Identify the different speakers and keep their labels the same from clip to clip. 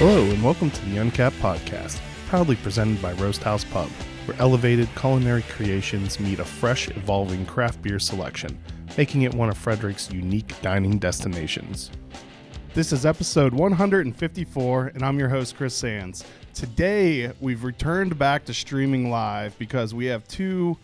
Speaker 1: Hello, and welcome to the Uncapped Podcast, proudly presented by Roast House Pub, where elevated culinary creations meet a fresh, evolving craft beer selection, making it one of Frederick's unique dining destinations. This is episode 154, and I'm your host, Chris Sands. Today, we've returned back to streaming live because we have two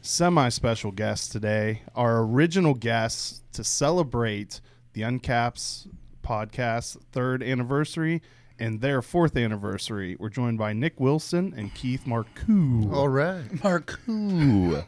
Speaker 1: semi special guests today. Our original guests to celebrate the Uncaps podcast's third anniversary and their fourth anniversary. We're joined by Nick Wilson and Keith Marcoux.
Speaker 2: All right.
Speaker 3: Marcou.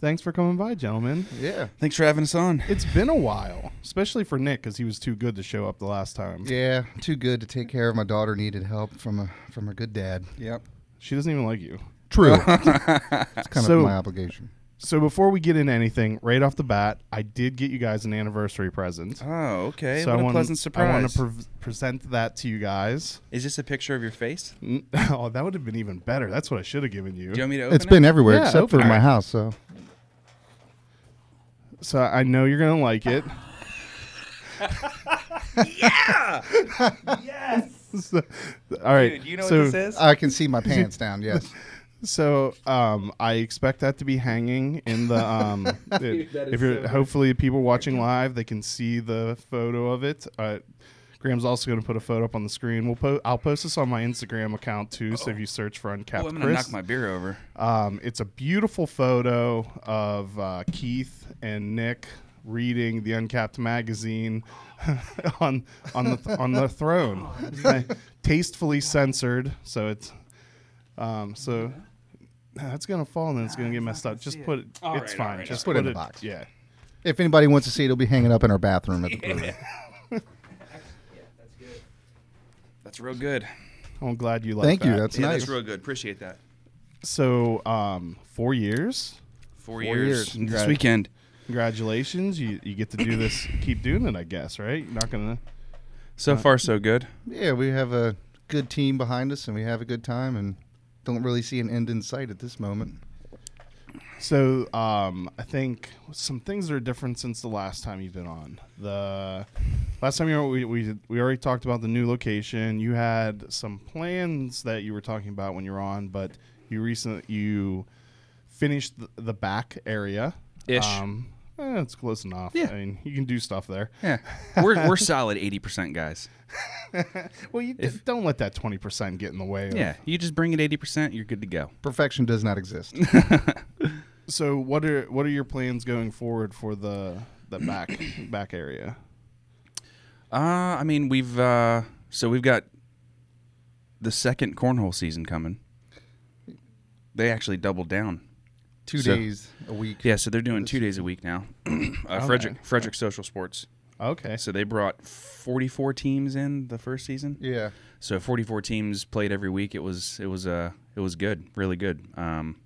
Speaker 1: Thanks for coming by, gentlemen.
Speaker 2: Yeah.
Speaker 3: Thanks for having us on.
Speaker 1: It's been a while, especially for Nick because he was too good to show up the last time.
Speaker 2: Yeah. Too good to take care of. My daughter needed help from a from her good dad.
Speaker 3: Yep.
Speaker 1: She doesn't even like you.
Speaker 2: True. it's kind
Speaker 1: So-
Speaker 2: of my obligation.
Speaker 1: So before we get into anything, right off the bat, I did get you guys an anniversary present.
Speaker 3: Oh, okay.
Speaker 1: so
Speaker 3: what
Speaker 1: I
Speaker 3: a
Speaker 1: wanna,
Speaker 3: pleasant surprise.
Speaker 1: I want to pre- present that to you guys.
Speaker 3: Is this a picture of your face?
Speaker 1: N- Oh, that would have been even better. That's what I should have given you.
Speaker 3: Do you want me to open
Speaker 2: It's been
Speaker 3: it?
Speaker 2: everywhere
Speaker 1: Yeah,
Speaker 2: except for
Speaker 1: open it.
Speaker 2: my house. So
Speaker 1: So I know you're gonna like it.
Speaker 4: Yes.
Speaker 1: So- all right.
Speaker 4: Dude, you know
Speaker 1: so,
Speaker 4: what this is?
Speaker 2: I can see my pants down. Yes.
Speaker 1: So um, I expect that to be hanging in the. Um, it-
Speaker 4: that is
Speaker 1: if you're
Speaker 4: so-
Speaker 1: hopefully people watching live, they can see the photo of it. Uh, Graham's also going to put a photo up on the screen. We'll po- I'll post this on my Instagram account too. So if you search for Uncapped
Speaker 3: Oh, I'm gonna
Speaker 1: Chris,
Speaker 3: knock my beer over.
Speaker 1: um, it's a beautiful photo of uh, Keith and Nick reading the Uncapped magazine on on the on the throne, tastefully censored. So it's um, so that's gonna fall and then it's gonna get messed up. Just put it.
Speaker 3: All
Speaker 1: it's
Speaker 3: right, all
Speaker 1: fine.
Speaker 3: right,
Speaker 1: Just
Speaker 2: all
Speaker 1: put,
Speaker 2: right.
Speaker 1: it
Speaker 2: Put it in the box.
Speaker 1: Yeah.
Speaker 2: If anybody wants to see it, it'll be hanging up in our bathroom at the brewery.
Speaker 3: That's real good.
Speaker 1: I'm glad you like
Speaker 2: Thank
Speaker 1: that.
Speaker 2: you. That's
Speaker 3: yeah,
Speaker 2: nice.
Speaker 3: that's real good. Appreciate that.
Speaker 1: so um, four years.
Speaker 3: Four,
Speaker 2: years.
Speaker 3: years. This
Speaker 1: Congrats.
Speaker 3: weekend.
Speaker 1: Congratulations. You you get to do this. Keep doing it. I guess. Right. You're not gonna.
Speaker 3: So far, so good.
Speaker 2: yeah, we have a good team behind us, and we have a good time, and don't really see an end in sight at this moment.
Speaker 1: So um, I think some things are different since the last time you've been on. The last time you were, we we we already talked about the new location. You had some plans that you were talking about when you were on, but you recently you finished the, the back area.
Speaker 3: Ish.
Speaker 1: Um, eh, it's close enough.
Speaker 3: Yeah.
Speaker 1: I mean, you can do stuff there.
Speaker 3: Yeah, we're we're solid eighty percent guys.
Speaker 1: Well, you d- don't let that twenty percent get in the way. of-
Speaker 3: Yeah, you just bring it eighty percent, you're good to go.
Speaker 2: Perfection does not exist.
Speaker 1: So what are what are your plans going forward for the the back back area?
Speaker 3: Uh, I mean, we've uh, so we've got the second cornhole season coming. They actually doubled down.
Speaker 2: Two
Speaker 3: So-
Speaker 2: days a week.
Speaker 3: Yeah, so they're doing two days a week now. uh, Frederick Frederick Social Sports.
Speaker 1: Okay.
Speaker 3: So they brought 44 teams in the first season.
Speaker 2: Yeah.
Speaker 3: So 44 teams played every week. It was it was uh it was good, really good. Um,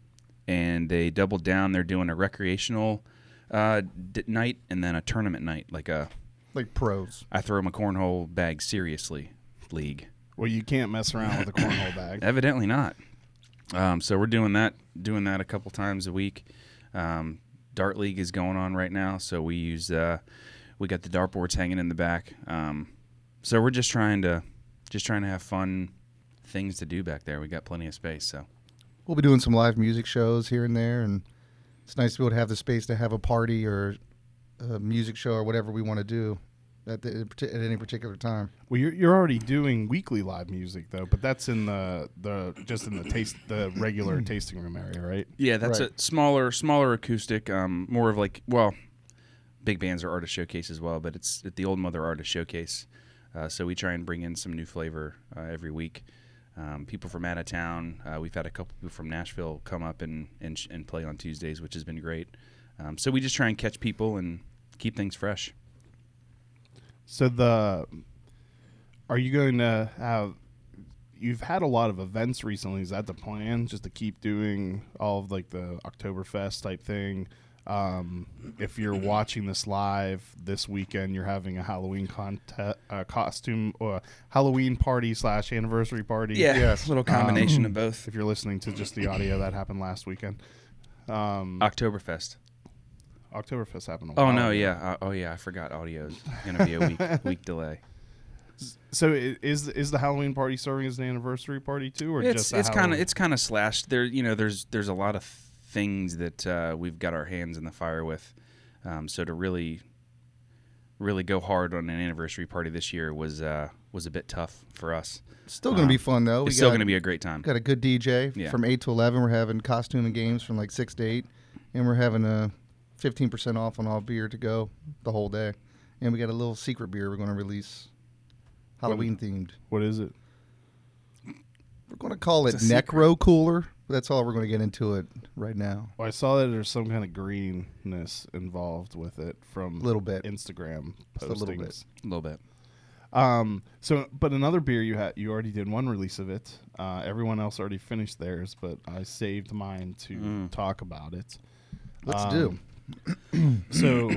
Speaker 3: and they doubled down. They're doing a recreational uh, d- night and then a tournament night, like a
Speaker 2: Like pros.
Speaker 3: I throw my cornhole bag seriously league.
Speaker 1: Well, you can't mess around with a cornhole bag.
Speaker 3: Evidently not. Um, so we're doing that, doing that a couple times a week. Um, Dart League is going on right now, so we use uh, we got the dartboards hanging in the back. Um, so we're just trying to just trying to have fun things to do back there. We got plenty of space, so
Speaker 2: we'll be doing some live music shows here and there, and it's nice to be able to have the space to have a party or a music show or whatever we want to do at, the, at any particular time.
Speaker 1: Well, you're, you're already doing weekly live music though, but that's in the the just in the taste the regular tasting room area, right?
Speaker 3: yeah, that's
Speaker 2: Right.
Speaker 3: a smaller smaller acoustic, um, more of like well, big bands are artist showcase as well, but it's at the old mother artist showcase. Uh, so we try and bring in some new flavor uh, every week. Um, people from out of town. Uh, we've had a couple people from Nashville come up and and, sh- and play on Tuesdays, which has been great. Um, so we just try and catch people and keep things fresh.
Speaker 1: So the are you going to have you've had a lot of events recently. Is that the plan? Just to keep doing all of like the Oktoberfest type thing? Um, if you're watching this live this weekend, you're having a Halloween contest, uh, costume, or Halloween party slash anniversary party.
Speaker 2: Yes.
Speaker 3: little combination of both.
Speaker 1: If you're listening to just the audio that happened last weekend,
Speaker 2: Uh,
Speaker 1: um,
Speaker 3: Oktoberfest.
Speaker 1: Oktoberfest happened. A
Speaker 3: Oh
Speaker 1: while
Speaker 3: no,
Speaker 1: ago.
Speaker 3: yeah, uh, oh yeah, I forgot. Audio's gonna be a week week delay.
Speaker 1: So i- is is the Halloween party serving as an anniversary party too, or
Speaker 3: it's
Speaker 1: just a
Speaker 3: it's kind of
Speaker 1: Halloween?
Speaker 3: it's kind of slashed. There, you know, there's there's a lot of things that uh, we've got our hands in the fire with. Um, so to really, really go hard on an anniversary party this year was uh, was a bit tough for us.
Speaker 2: Still going to be fun though.
Speaker 3: it's still
Speaker 2: got-
Speaker 3: going to be a great time.
Speaker 2: Got a good DJ
Speaker 3: Yeah.
Speaker 2: from 8 to 11. We're having costume and games from like 6 to 8. And we're having a 15% off on all beer to go the whole day. And we got a little secret beer we're going to release Halloween themed.
Speaker 1: what is it?
Speaker 2: We're going to call it
Speaker 3: It's a secret.
Speaker 2: Necro Cooler. That's all we're going to get into it right now.
Speaker 1: Well, I saw that there's some kind of greenness involved with it from
Speaker 2: A little bit.
Speaker 1: Instagram postings.
Speaker 2: Just a little bit.
Speaker 3: A little bit.
Speaker 1: Um, so, but another beer you had, you already did one release of it. Uh, everyone else already finished theirs, but I saved mine to
Speaker 2: Mm.
Speaker 1: talk about it.
Speaker 2: Let's
Speaker 1: Um,
Speaker 2: do.
Speaker 1: So,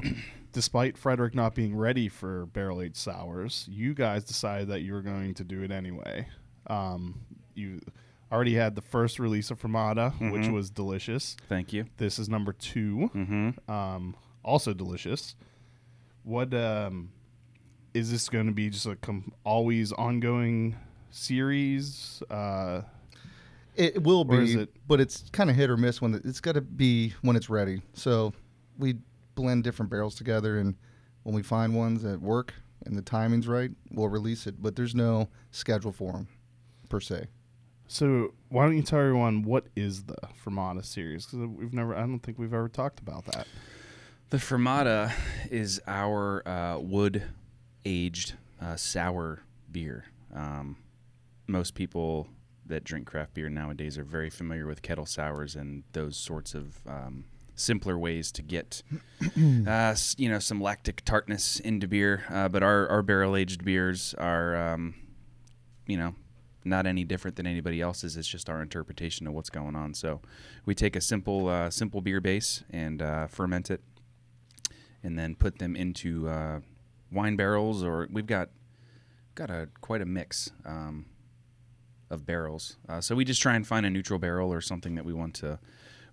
Speaker 1: despite Frederick not being ready for barrel aged sours, you guys decided that you were going to do it anyway. Um, you already had the first release of Fermata, which was delicious.
Speaker 3: Thank you.
Speaker 1: This is number 2 um, also delicious. What um, is this going to be? Just a com- always ongoing series? Uh,
Speaker 2: It will be,
Speaker 1: Or is it-
Speaker 2: but it's kind of hit or miss when it- it's got to be when it's ready. So we blend different barrels together, and when we find ones that work and the timing's right, we'll release it. But there's no schedule for them per se.
Speaker 1: so why don't you tell everyone what is the Fermata series? Because we've never, I don't think we've ever talked about that.
Speaker 3: The Fermata is our uh, wood aged uh, sour beer. Um, most people that drink craft beer nowadays are very familiar with kettle sours and those sorts of um, simpler ways to get, uh, s- you know, some lactic tartness into beer. Uh, but our, our barrel aged beers are, um, you know, not any different than anybody else's. It's just our interpretation of what's going on. So we take a simple uh, simple beer base and uh, ferment it and then put them into uh, wine barrels or we've got got a quite a mix um, of barrels uh, so we just try and find a neutral barrel or something that we want to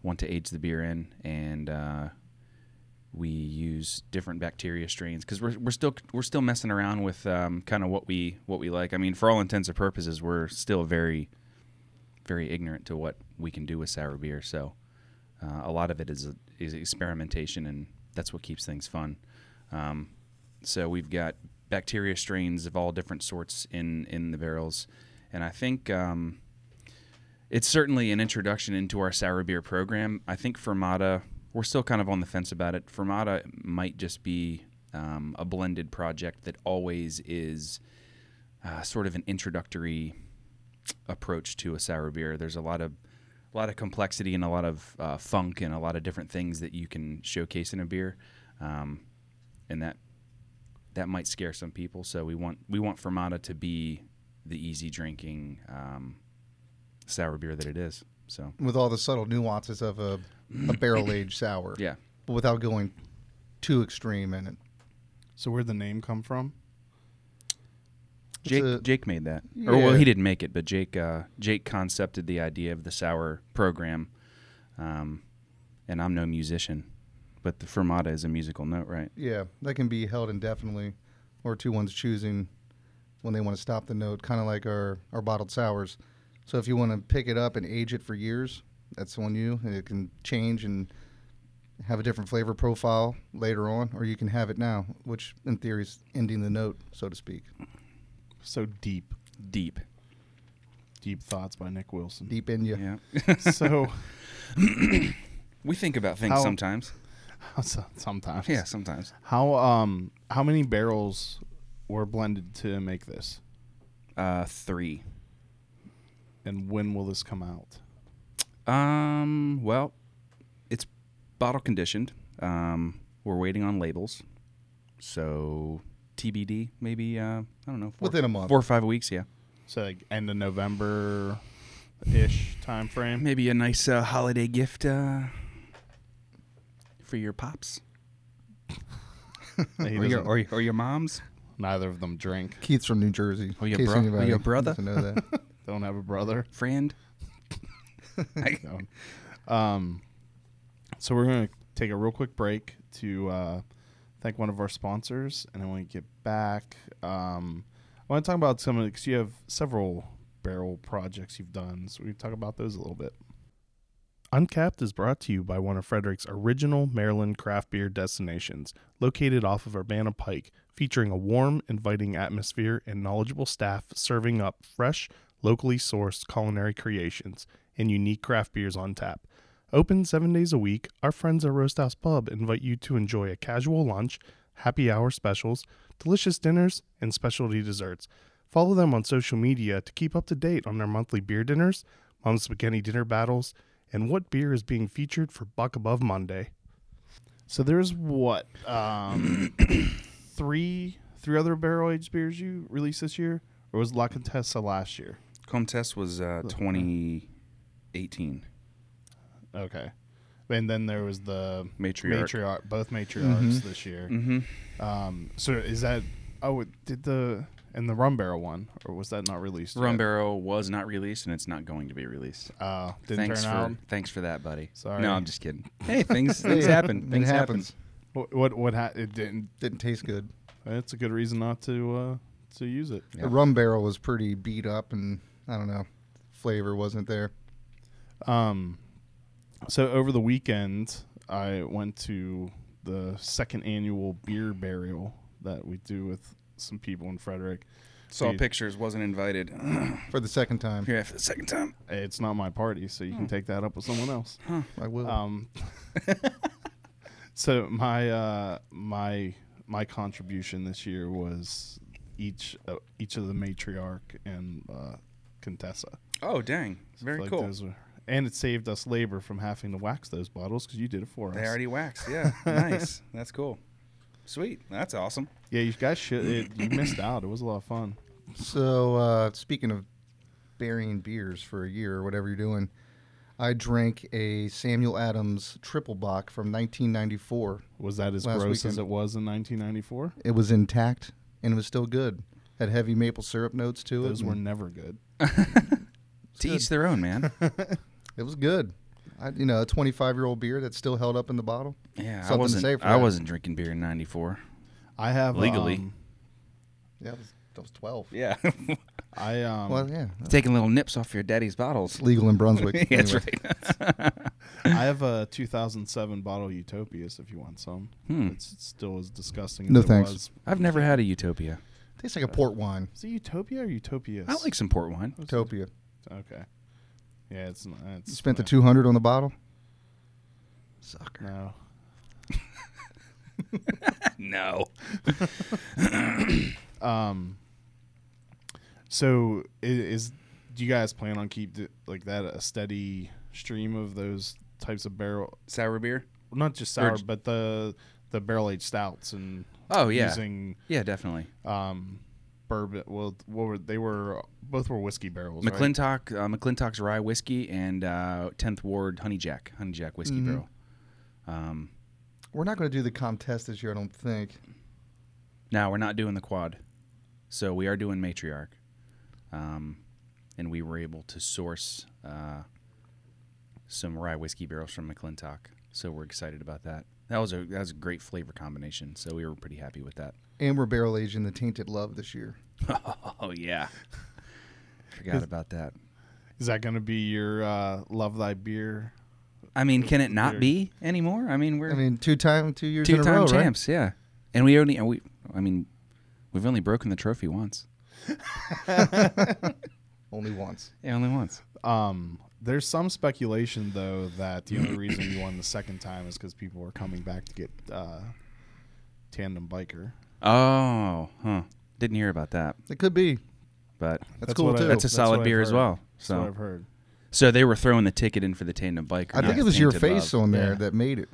Speaker 3: want to age the beer in and uh, we use different bacteria strains because we're, we're still we're still messing around with um, kind of what we what we like I mean for all intents and purposes we're still very very ignorant to what we can do with sour beer so uh, a lot of it is is experimentation, and that's what keeps things fun. Um, so we've got bacteria strains of all different sorts in in the barrels, and I think um, it's certainly an introduction into our sour beer program. I think Fermata, we're still kind of on the fence about it. Fermata might just be um, a blended project that always is uh, sort of an introductory approach to a sour beer. There's a lot of a lot of complexity and a lot of uh, funk and a lot of different things that you can showcase in a beer, um, and that that might scare some people. So we want we want Fermata to be the easy drinking um, sour beer that it is. So
Speaker 2: With all the subtle nuances of a, a barrel aged sour,
Speaker 3: yeah,
Speaker 2: but without going too extreme in it.
Speaker 1: So where'd the name come from?
Speaker 2: It's
Speaker 3: Jake
Speaker 2: a-
Speaker 3: Jake made that, or well,
Speaker 2: Yeah.
Speaker 3: he didn't make it, but Jake uh, Jake concepted the idea of the sour program, um, and I'm no musician, but the Fermata is a musical note, right?
Speaker 2: Yeah, that can be held indefinitely, or two ones choosing when they want to stop the note, kind of like our, our bottled sours. So if you want to pick it up and age it for years, that's on you, and it can change and have a different flavor profile later on, or you can have it now, which in theory is ending the note, so to speak.
Speaker 1: So deep,
Speaker 3: Deep.
Speaker 1: deep thoughts by Nick Wilson.
Speaker 2: Deep in you.
Speaker 3: Yeah.
Speaker 1: so
Speaker 3: We think about things
Speaker 1: How-
Speaker 3: sometimes.
Speaker 1: so- sometimes,
Speaker 3: Yeah, sometimes.
Speaker 1: How um how many barrels were blended to make this,
Speaker 3: Uh, three.
Speaker 1: and when will this come out?
Speaker 3: Um, well, it's bottle conditioned. Um, we're waiting on labels. So TBD, maybe, uh, I don't know. Four,
Speaker 2: Within a month.
Speaker 3: Four or five weeks, yeah.
Speaker 1: So like end of November ish time frame.
Speaker 3: Maybe a nice uh, holiday gift uh, for your pops
Speaker 1: He
Speaker 3: or your,
Speaker 1: doesn't-
Speaker 3: or, your- or your moms
Speaker 1: neither of them drink.
Speaker 2: Keith's from New Jersey.
Speaker 3: Or your
Speaker 2: in case
Speaker 3: Oh, bro- or
Speaker 2: anybody
Speaker 3: your brother.
Speaker 2: doesn't know that.
Speaker 1: Don't have a brother.
Speaker 3: friend.
Speaker 1: No. Um, so we're gonna take a real quick break to uh, thank one of our sponsors, and then when we get back, um, want to talk about some of because you have several barrel projects you've done, so we can talk about those a little bit. Uncapped is brought to you by one of Frederick's original Maryland craft beer destinations, located off of Urbana Pike, featuring a warm, inviting atmosphere and knowledgeable staff serving up fresh, locally sourced culinary creations and unique craft beers on tap. Open seven days a week, our friends at Roast House Pub invite you to enjoy a casual lunch, happy hour specials, delicious dinners, and specialty desserts. Follow them on social media to keep up to date on their monthly beer dinners, Mom's Spaghetti dinner battles, and what beer is being featured for Buck Above Monday. So there's what um, three three other barrel aged beers you released this year, or was La Contessa last year?
Speaker 3: Comtesse was uh, 2018.
Speaker 1: Okay, and then there was the
Speaker 3: Matriarch.
Speaker 1: matriarch both matriarchs this year.
Speaker 3: Mm-hmm.
Speaker 1: Um, so is that oh it- did the and the rum barrel one or was that not released?
Speaker 3: Rum
Speaker 1: yet?
Speaker 3: Barrel was not released, and it's not going to be released.
Speaker 1: Uh, didn't
Speaker 3: thanks
Speaker 1: turn
Speaker 3: for
Speaker 1: out.
Speaker 3: thanks for that, buddy.
Speaker 1: Sorry.
Speaker 3: No, I'm just kidding. Hey, things things
Speaker 2: Yeah.
Speaker 3: happen. Things
Speaker 2: it
Speaker 3: happen.
Speaker 2: happens.
Speaker 1: What what, what ha- it didn't.
Speaker 2: Didn't taste good.
Speaker 1: That's a good reason not to uh, to use it.
Speaker 3: Yeah.
Speaker 2: The rum barrel was pretty beat up, and I don't know, flavor wasn't there.
Speaker 1: Um, so over the weekend, I went to the second annual beer burial that we do with some people in Frederick.
Speaker 3: Saw
Speaker 1: Dude.
Speaker 3: pictures. Wasn't invited.
Speaker 2: For the second time,
Speaker 3: Here for the second time.
Speaker 1: It's not my party, so
Speaker 3: Hmm.
Speaker 1: you can take that up with someone else.
Speaker 2: I will.
Speaker 1: Um, so my uh, my my contribution this year was each uh, each of the matriarch and uh, Contessa.
Speaker 3: Oh, dang! Very
Speaker 1: Like
Speaker 3: cool.
Speaker 1: those were- and it saved us labor from having to wax those bottles because you did it for
Speaker 3: They
Speaker 1: us.
Speaker 3: already waxed. Yeah, nice. That's cool. Sweet. That's awesome.
Speaker 1: yeah, you guys should. It, you missed out. It was a lot of fun.
Speaker 2: So uh, speaking of burying beers for a year or whatever you're doing, I drank a Samuel Adams triple bock from 1994.
Speaker 1: Was that as
Speaker 2: Last
Speaker 1: gross as
Speaker 2: weekend.
Speaker 1: it was in 1994?
Speaker 2: It was intact and it was still good. Had heavy maple syrup notes to it.
Speaker 1: Those were
Speaker 2: and
Speaker 1: never good.
Speaker 3: To each their own, man.
Speaker 2: It was good. I, you know, a 25 year old beer that's still held up in the bottle.
Speaker 3: Yeah,
Speaker 2: Something
Speaker 3: I
Speaker 2: to
Speaker 3: wasn't.
Speaker 2: say for
Speaker 3: I
Speaker 2: that.
Speaker 3: wasn't drinking beer in '94.
Speaker 1: I have
Speaker 3: Legally.
Speaker 1: um,
Speaker 2: Yeah, that was, that was 12.
Speaker 3: Yeah,
Speaker 1: I um.
Speaker 2: Well, yeah, that's
Speaker 3: taking little nips off your daddy's bottles.
Speaker 2: legal in Brunswick.
Speaker 3: That's
Speaker 2: Anyway,
Speaker 3: right.
Speaker 1: I have a 2007 bottle Utopias. If you want some,
Speaker 3: Hmm.
Speaker 1: it's still as disgusting. As
Speaker 2: No
Speaker 1: it
Speaker 2: thanks.
Speaker 1: Was.
Speaker 3: I've never had a Utopia.
Speaker 2: Tastes like a port wine.
Speaker 1: Is it Utopia or Utopias?
Speaker 3: I like some port wine.
Speaker 2: Utopia.
Speaker 1: Okay. Yeah, it's not. It's
Speaker 2: You spent the
Speaker 1: not-
Speaker 2: 200 on the bottle.
Speaker 3: Sucker.
Speaker 1: No.
Speaker 3: No.
Speaker 1: Um. So i- is do you guys plan on keep th- like that a steady stream of those types of barrel,
Speaker 3: Sour beer.
Speaker 1: not just
Speaker 3: Or
Speaker 1: sour,
Speaker 3: j-
Speaker 1: but the the barrel aged stouts and
Speaker 3: Oh yeah.
Speaker 1: using
Speaker 3: Yeah, definitely.
Speaker 1: um bourbon. Well, what were they were both were whiskey barrels. right?
Speaker 3: McClintock, uh, McClintock's rye whiskey and uh, 10th Ward Honey Jack, Honey Jack whiskey
Speaker 1: Mm-hmm.
Speaker 2: Mhm.
Speaker 3: barrel. Um,
Speaker 2: We're not going to do the contest this year, I don't think.
Speaker 3: now we're not doing the quad, so we are doing matriarch, um, and we were able to source uh, some rye whiskey barrels from McClintock. So we're excited about that. That was a that was a great flavor combination. So we were pretty happy with that.
Speaker 2: And we're barrel aging the Tainted Love this year.
Speaker 3: Oh yeah, forgot about that.
Speaker 1: Is that going to be your uh, love thy beer?
Speaker 3: I mean, can it not
Speaker 1: Weird.
Speaker 3: be anymore? I mean, we're
Speaker 2: I mean, two time, two years in a
Speaker 3: two-time
Speaker 2: row, right?
Speaker 3: champs. Yeah, and we only and we. I mean, we've only broken the trophy once.
Speaker 2: Only once.
Speaker 3: Yeah, only once.
Speaker 1: Um, there's some speculation though that the only reason you won the second time is because people were coming back to get uh, tandem biker.
Speaker 3: Oh, huh. Didn't hear about that,
Speaker 2: It could be.
Speaker 3: but
Speaker 2: That's,
Speaker 1: That's
Speaker 2: cool
Speaker 1: what I-
Speaker 2: too.
Speaker 3: that's a
Speaker 1: that's what
Speaker 3: solid
Speaker 1: I've
Speaker 3: beer as
Speaker 1: heard.
Speaker 3: well.
Speaker 1: That's what
Speaker 3: So,
Speaker 1: I've heard.
Speaker 3: so they were throwing the ticket in for the tandem bike.
Speaker 2: I think it was your face on there
Speaker 1: Yeah.
Speaker 2: that made it.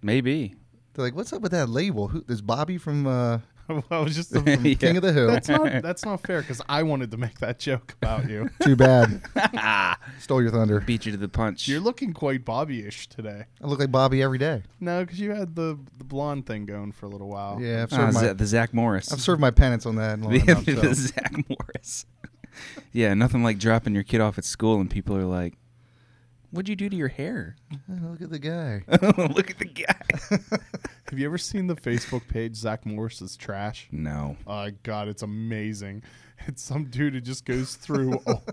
Speaker 3: Maybe.
Speaker 2: They're like, "What's up with that label? Who is Bobby from uh,
Speaker 1: well, I was just thinking-
Speaker 3: Yeah.
Speaker 2: King of the Hill?"
Speaker 1: that's not that's not fair because I wanted to make that joke about you.
Speaker 2: Too bad. Stole your thunder.
Speaker 3: Beat you to the punch.
Speaker 1: You're looking quite Bobby-ish today.
Speaker 2: I look like Bobby every day.
Speaker 1: No, because you had the the blonde thing going for a little while.
Speaker 2: Yeah, I've
Speaker 3: Ah,
Speaker 2: served,
Speaker 3: Z-
Speaker 2: my,
Speaker 3: the Zach Morris.
Speaker 2: I've served my penance on that. Long
Speaker 3: the,
Speaker 2: enough, so.
Speaker 3: the Zach Morris. yeah, nothing like dropping your kid off at school and people are like, "What'd you do to your hair?"
Speaker 2: Oh, Look at the guy.
Speaker 3: Look at the guy.
Speaker 1: Have you ever seen the Facebook page Zach Morris is trash?
Speaker 3: No.
Speaker 1: Oh God, it's amazing. It's some dude who just goes through all,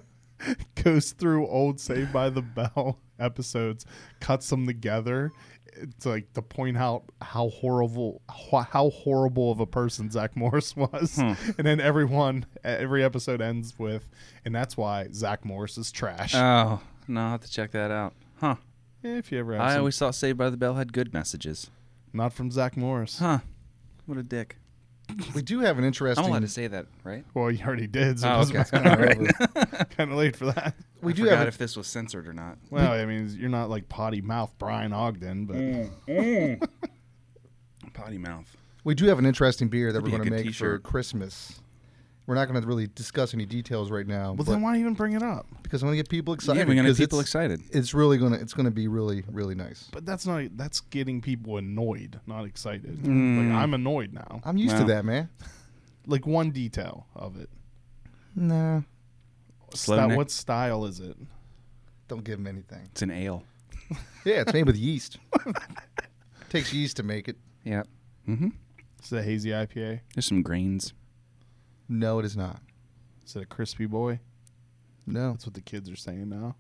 Speaker 1: goes through old Saved by the Bell episodes, cuts them together. It's like to point out how horrible ho- how horrible of a person Zach Morris was,
Speaker 3: Hmm.
Speaker 1: and then everyone every episode ends with, and that's why Zach Morris is trash.
Speaker 3: Oh no, I'll have to check that out. Huh.
Speaker 1: Eh, if you ever have
Speaker 3: I
Speaker 1: some-
Speaker 3: always thought Saved by the Bell had good messages.
Speaker 1: not from Zach Morris.
Speaker 3: Huh. What a dick.
Speaker 2: We do have an
Speaker 3: I'm
Speaker 2: interesting.
Speaker 3: allowed to say that, right?
Speaker 1: Well, you already did, so
Speaker 3: Oh, okay.
Speaker 1: it's
Speaker 2: All right.
Speaker 1: kind of late for that.
Speaker 2: we
Speaker 3: I
Speaker 2: do
Speaker 3: forgot
Speaker 2: have. A,
Speaker 3: if this was censored or not.
Speaker 1: Well, I mean, you're not like potty mouth Brian Ogden, but
Speaker 2: Mm.
Speaker 3: Potty mouth.
Speaker 2: we do have an interesting beer that
Speaker 3: That'd
Speaker 2: we're
Speaker 3: be a
Speaker 2: going to make
Speaker 3: good t-shirt.
Speaker 2: for Christmas. We're not going to really discuss any details right now,
Speaker 1: well,
Speaker 2: but-
Speaker 1: then why even bring it up?
Speaker 2: because I'm going to get people excited.
Speaker 3: yeah, we're gonna get
Speaker 2: 'cause
Speaker 3: people
Speaker 2: it's-
Speaker 3: excited.
Speaker 2: It's really going to. It's going to be really, really nice.
Speaker 1: But that's not that's getting people annoyed, not excited.
Speaker 2: Mm.
Speaker 1: Like I'm annoyed now.
Speaker 2: I'm used
Speaker 3: Wow.
Speaker 2: to that, man.
Speaker 1: Like one detail of it.
Speaker 2: Nah,
Speaker 3: Slow
Speaker 1: Sty-
Speaker 3: neck.
Speaker 1: what style is it?
Speaker 2: don't give them anything.
Speaker 3: It's an ale.
Speaker 2: Yeah, it's made with yeast. Takes yeast to make it.
Speaker 3: Yeah. Mm-hmm.
Speaker 1: Is it a hazy IPA?
Speaker 3: There's some grains.
Speaker 2: No, it is not.
Speaker 1: Is it a crispy boy?
Speaker 2: No.
Speaker 1: That's what the kids are saying now.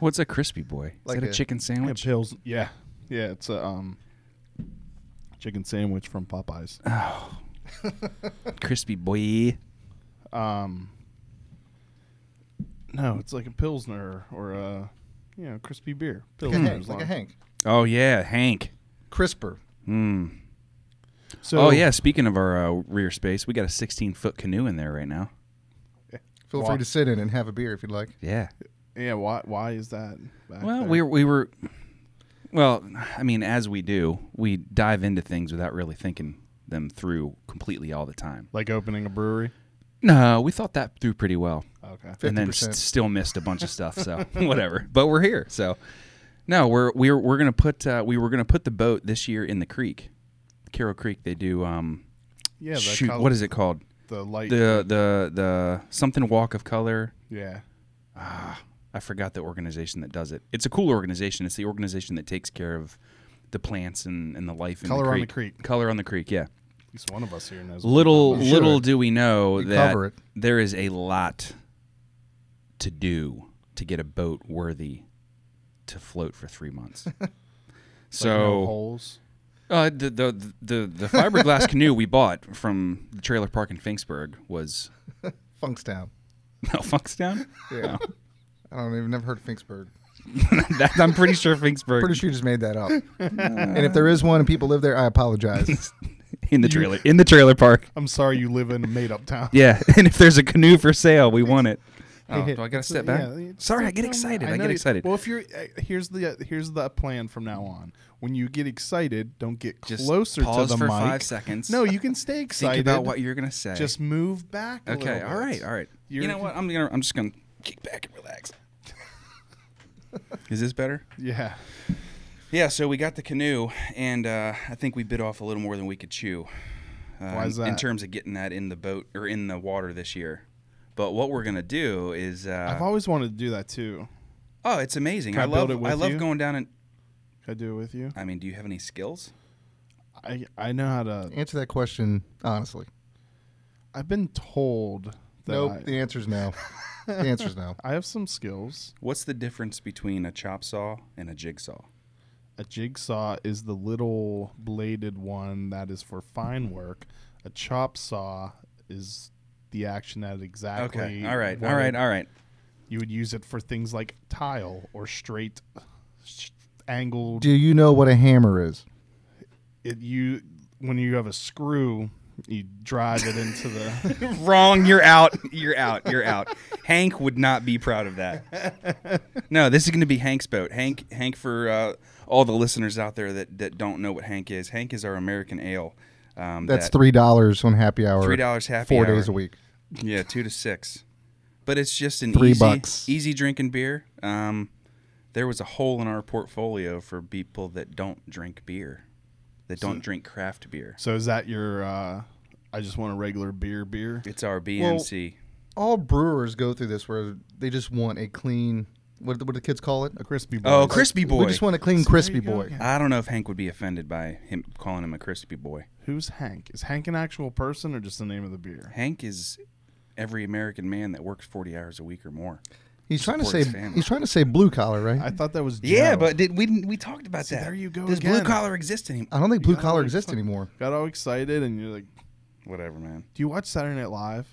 Speaker 3: What's a crispy boy? Is
Speaker 2: Like
Speaker 3: that a,
Speaker 2: a-
Speaker 3: chicken
Speaker 1: Yeah,
Speaker 3: sandwich?
Speaker 1: pills. Yeah, yeah. It's a um, chicken sandwich from Popeyes.
Speaker 3: crispy boy.
Speaker 1: Um, no, it's like a pilsner or a you know crispy beer.
Speaker 2: Like a
Speaker 1: Pilsner
Speaker 2: Hank.
Speaker 1: is
Speaker 2: Like a
Speaker 1: long.
Speaker 2: Hank.
Speaker 3: Oh yeah, Hank.
Speaker 2: Crisper.
Speaker 3: Mm.
Speaker 1: So
Speaker 3: oh yeah. Speaking of our uh, rear space, we got a 16 foot canoe in there right now.
Speaker 2: Feel
Speaker 1: Wow.
Speaker 2: free to sit in and have a beer if you'd like.
Speaker 3: Yeah.
Speaker 1: yeah. Why why is that? back
Speaker 3: Well,
Speaker 1: there?
Speaker 3: we we were. Well, I mean, as we do, we dive into things without really thinking them through completely all the time.
Speaker 1: like opening a brewery.
Speaker 3: No, we thought that through pretty well.
Speaker 1: Okay.
Speaker 3: and then
Speaker 2: 50%.
Speaker 3: s- still missed a bunch of stuff. So whatever, but we're here. So no, we're we're we're gonna put uh, we were gonna put the boat this year in the creek, Carroll Creek. They do um
Speaker 1: Yeah. The
Speaker 3: shoot what is it called
Speaker 1: the light?
Speaker 3: the the the something walk of color.
Speaker 1: yeah.
Speaker 3: Ah, I forgot the organization that does it. It's a cool organization. It's the organization that takes care of the plants and, and the life in
Speaker 1: Color
Speaker 3: the
Speaker 1: on
Speaker 3: creek.
Speaker 1: the Creek.
Speaker 3: Color on the creek. Yeah.
Speaker 1: At least one of us here knows. what
Speaker 3: Little
Speaker 1: we're talking
Speaker 2: should.
Speaker 3: little do we know
Speaker 2: You
Speaker 3: that
Speaker 2: cover it.
Speaker 3: there is a lot to do to get a boat worthy to float for three months.
Speaker 1: about. Like, no
Speaker 3: so
Speaker 1: holes.
Speaker 3: uh, the, the the the fiberglass canoe we bought from the trailer park in Finksburg was
Speaker 2: Funkstown.
Speaker 3: no Funkstown.
Speaker 2: Yeah. I don't even never heard of Finksburg.
Speaker 3: that, I'm pretty sure Finksburg
Speaker 2: Pretty sure you just made that up. and if there is one and people live there, I apologize.
Speaker 3: in the trailer in the trailer park.
Speaker 1: I'm sorry you live in a made up town.
Speaker 3: Yeah, and if there's a canoe for sale, we want it.
Speaker 1: Hey,
Speaker 3: Oh,
Speaker 1: hey,
Speaker 3: do I
Speaker 1: that's-
Speaker 3: gotta step back?
Speaker 1: yeah,
Speaker 3: Sorry, I get
Speaker 1: no,
Speaker 3: excited. I,
Speaker 1: know
Speaker 3: get
Speaker 1: you-
Speaker 3: excited.
Speaker 1: Well, if you're uh, here's the here's the plan from now on. When you get excited, don't get
Speaker 3: Just
Speaker 1: closer
Speaker 3: pause
Speaker 1: to the
Speaker 3: for
Speaker 1: mic.
Speaker 3: five seconds.
Speaker 1: No, you can stay
Speaker 3: Think
Speaker 1: excited.
Speaker 3: about what you're gonna say.
Speaker 1: Just move back. a
Speaker 3: Okay.
Speaker 1: little
Speaker 3: All
Speaker 1: bit.
Speaker 3: right. All right. you
Speaker 1: You're-
Speaker 3: know what? I'm gonna. I'm just gonna kick back and relax. Is this better?
Speaker 1: Yeah.
Speaker 3: Yeah. So we got the canoe, and uh, I think we bit off a little more than we could chew. Uh,
Speaker 1: Why is
Speaker 3: In
Speaker 1: that?
Speaker 3: terms of getting that in the boat or in the water this year. But what we're gonna do is.
Speaker 1: I've
Speaker 3: Uh,
Speaker 1: always wanted to do that too.
Speaker 3: oh, it's amazing.
Speaker 1: Can
Speaker 3: I
Speaker 1: I build
Speaker 3: love.
Speaker 1: it with
Speaker 3: I love
Speaker 1: you?
Speaker 3: going down and.
Speaker 1: Can I do it with you?
Speaker 3: I mean, do you have any skills?
Speaker 1: I I know how to.
Speaker 2: Answer that question honestly.
Speaker 1: I've been told that
Speaker 2: nope.
Speaker 1: I,
Speaker 2: The answer's no. the answer's no.
Speaker 1: I have some skills.
Speaker 3: What's the difference between a chop saw and a jigsaw?
Speaker 1: A jigsaw is the little bladed one that is for fine work. A chop saw is the action that exactly.
Speaker 3: Okay. All right.
Speaker 1: what
Speaker 3: All right.
Speaker 1: it-
Speaker 3: All right.
Speaker 1: You would use it for things like tile or straight sh- angled.
Speaker 2: Do you know what a hammer is?
Speaker 1: It you when you have a screw, you drive it into the.
Speaker 3: Wrong. You're out. You're out. You're out. Hank would not be proud of that. No, this is going to be Hank's boat. Hank, Hank, for uh, all the listeners out there that, that don't know what Hank is, Hank is our American ale. Um,
Speaker 2: That's
Speaker 3: that-
Speaker 2: three dollars on happy hour.
Speaker 3: $3 happy
Speaker 2: Four
Speaker 3: hour.
Speaker 2: days a week.
Speaker 3: Yeah, two to six. But it's just an
Speaker 2: Three
Speaker 3: easy,
Speaker 2: bucks.
Speaker 3: easy drinking beer. Um, there was a hole in our portfolio for people that don't drink beer, that don't drink craft beer.
Speaker 1: so is that your? Uh, I just want a regular beer. Beer.
Speaker 3: It's our BNC.
Speaker 2: all brewers go through this where they just want a clean What, do- what do the kids call it? A crispy boy.
Speaker 3: Oh, crispy boy.
Speaker 2: We just want a clean crispy
Speaker 1: you go.
Speaker 2: boy.
Speaker 1: Yeah.
Speaker 3: I don't know if Hank would be offended by him calling him a crispy boy.
Speaker 1: Who's Hank? Is Hank an actual person or just the name of the beer?
Speaker 3: Hank is every American man that works 40 hours a week or more.
Speaker 2: He's trying to say
Speaker 3: Supports family.
Speaker 2: he's trying to say blue collar, right?
Speaker 1: I thought that was
Speaker 3: Yeah,
Speaker 1: Joe.
Speaker 3: but did, we didn't, we talked about
Speaker 1: See,
Speaker 3: that.
Speaker 1: there you go
Speaker 3: Does
Speaker 1: again.
Speaker 3: blue collar exist anymore?
Speaker 2: I don't think blue
Speaker 1: got
Speaker 2: collar
Speaker 1: like
Speaker 2: exists
Speaker 1: fuck-
Speaker 2: anymore.
Speaker 1: got all excited and you're like,
Speaker 3: Whatever, man.
Speaker 1: "Do you watch Saturday Night Live?"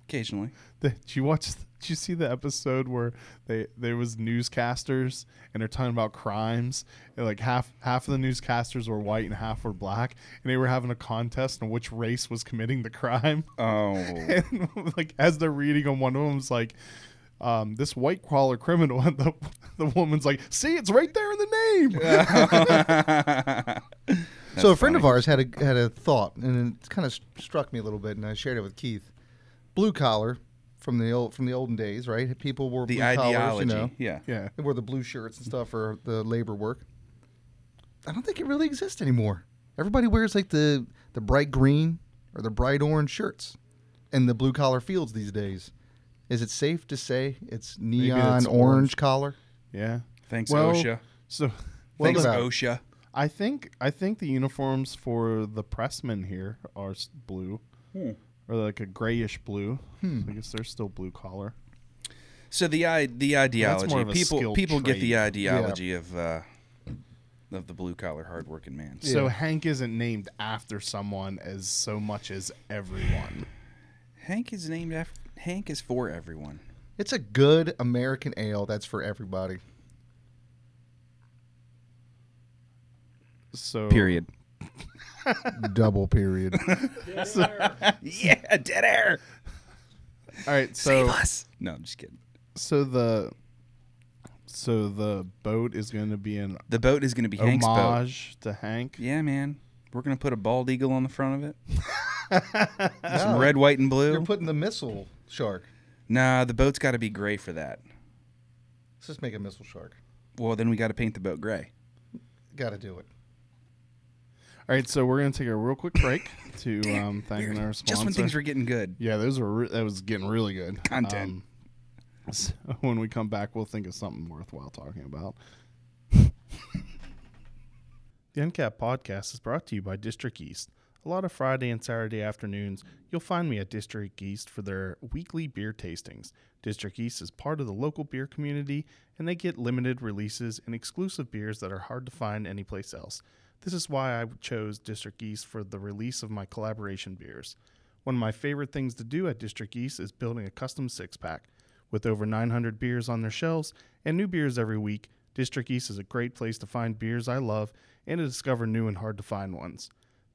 Speaker 3: Occasionally.
Speaker 1: Did you watch? Did you see the episode where they there was newscasters and they're talking about crimes? And like half half of the newscasters were white and half were black, and they were having a contest on which race was committing the crime.
Speaker 3: Oh.
Speaker 1: And like as they're reading them, one of them's like, um, "This white collar criminal," and the the woman's like, "See, it's right there in the name."
Speaker 2: so a friend of ours had a had a thought, and it kind of struck me a little bit, and I shared it with Keith. Blue collar from the old from the olden days, right? People wore
Speaker 3: the
Speaker 2: blue collars,
Speaker 3: ideology.
Speaker 2: you know.
Speaker 3: Yeah.
Speaker 1: Yeah,
Speaker 2: They wore the blue shirts and stuff for the labor work. I don't think it really exists anymore. Everybody wears like the the bright green or the bright orange shirts in the blue collar fields these days. Is it safe to say it's neon
Speaker 1: it's
Speaker 2: orange,
Speaker 1: orange.
Speaker 2: collar?
Speaker 1: yeah.
Speaker 3: Thanks,
Speaker 1: Well,
Speaker 3: OSHA.
Speaker 1: So.
Speaker 2: think
Speaker 3: Thanks,
Speaker 2: about it.
Speaker 3: OSHA.
Speaker 1: I think I think the uniforms for the pressmen here are s- blue, or like a grayish blue.
Speaker 3: Hmm.
Speaker 1: So I guess they're still blue collar.
Speaker 3: So the i the ideology
Speaker 1: more of a
Speaker 3: people
Speaker 1: skill
Speaker 3: people get the
Speaker 1: trait.
Speaker 3: ideology of uh, of the blue collar hardworking man.
Speaker 1: So Hank isn't named after someone as so much as everyone.
Speaker 3: Hank is named after Hank is for everyone.
Speaker 2: It's a good American ale that's for everybody.
Speaker 1: So
Speaker 3: Period.
Speaker 2: Double period.
Speaker 3: yeah, dead air.
Speaker 1: All right. So
Speaker 3: us. No, I'm just kidding.
Speaker 1: so the so the boat is going to be an
Speaker 3: The boat is going to be Hank's boat.
Speaker 1: homage to Hank.
Speaker 3: Yeah, man. We're going to put a bald eagle on the front of it. Some
Speaker 2: No,
Speaker 3: red, white, and
Speaker 2: You're
Speaker 3: blue.
Speaker 2: putting the missile shark.
Speaker 3: nah, the boat's got to be gray for that.
Speaker 2: Let's just make a missile shark.
Speaker 3: Well, then we got to paint the boat gray.
Speaker 2: Got to do it.
Speaker 1: All right. So we're going to take a real quick break to um, thanking our sponsor.
Speaker 3: Just when things were getting good.
Speaker 1: Yeah, those were re- that was getting really good
Speaker 3: Content.
Speaker 1: Um, so when we come back, we'll think of something worthwhile talking about. the NCAP podcast is brought to you by District East. A lot of Friday and Saturday afternoons, you'll find me at District East for their weekly beer tastings. District East is part of the local beer community, and they get limited releases and exclusive beers that are hard to find anyplace else. This is why I chose District East for the release of my collaboration beers. One of my favorite things to do at District East is building a custom six pack. With over 900 beers on their shelves and new beers every week, District East is a great place to find beers I love and to discover new and hard to find ones.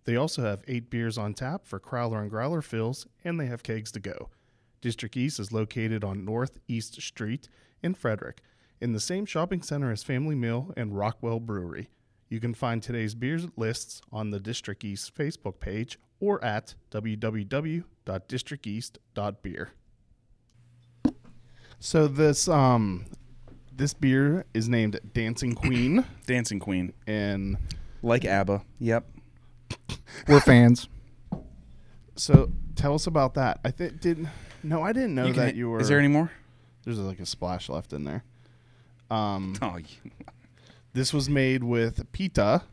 Speaker 1: They also have eight beers on tap for Crowler and Growler fills, and they have kegs to go. District East is located on North East Street in Frederick, in the same shopping center as Family Mill and Rockwell Brewery. You can find today's beer lists on the District East Facebook page or at www.districteast.beer. So this um this beer is named Dancing Queen
Speaker 3: Dancing Queen.
Speaker 1: and
Speaker 3: Like ABBA. Yep.
Speaker 2: We're fans.
Speaker 1: so tell us about that. I think did no, I didn't know
Speaker 3: You can-
Speaker 1: that you were
Speaker 3: Is there any more?
Speaker 1: there's like a splash left in there. Um
Speaker 3: Oh, you-
Speaker 1: This was made with pita.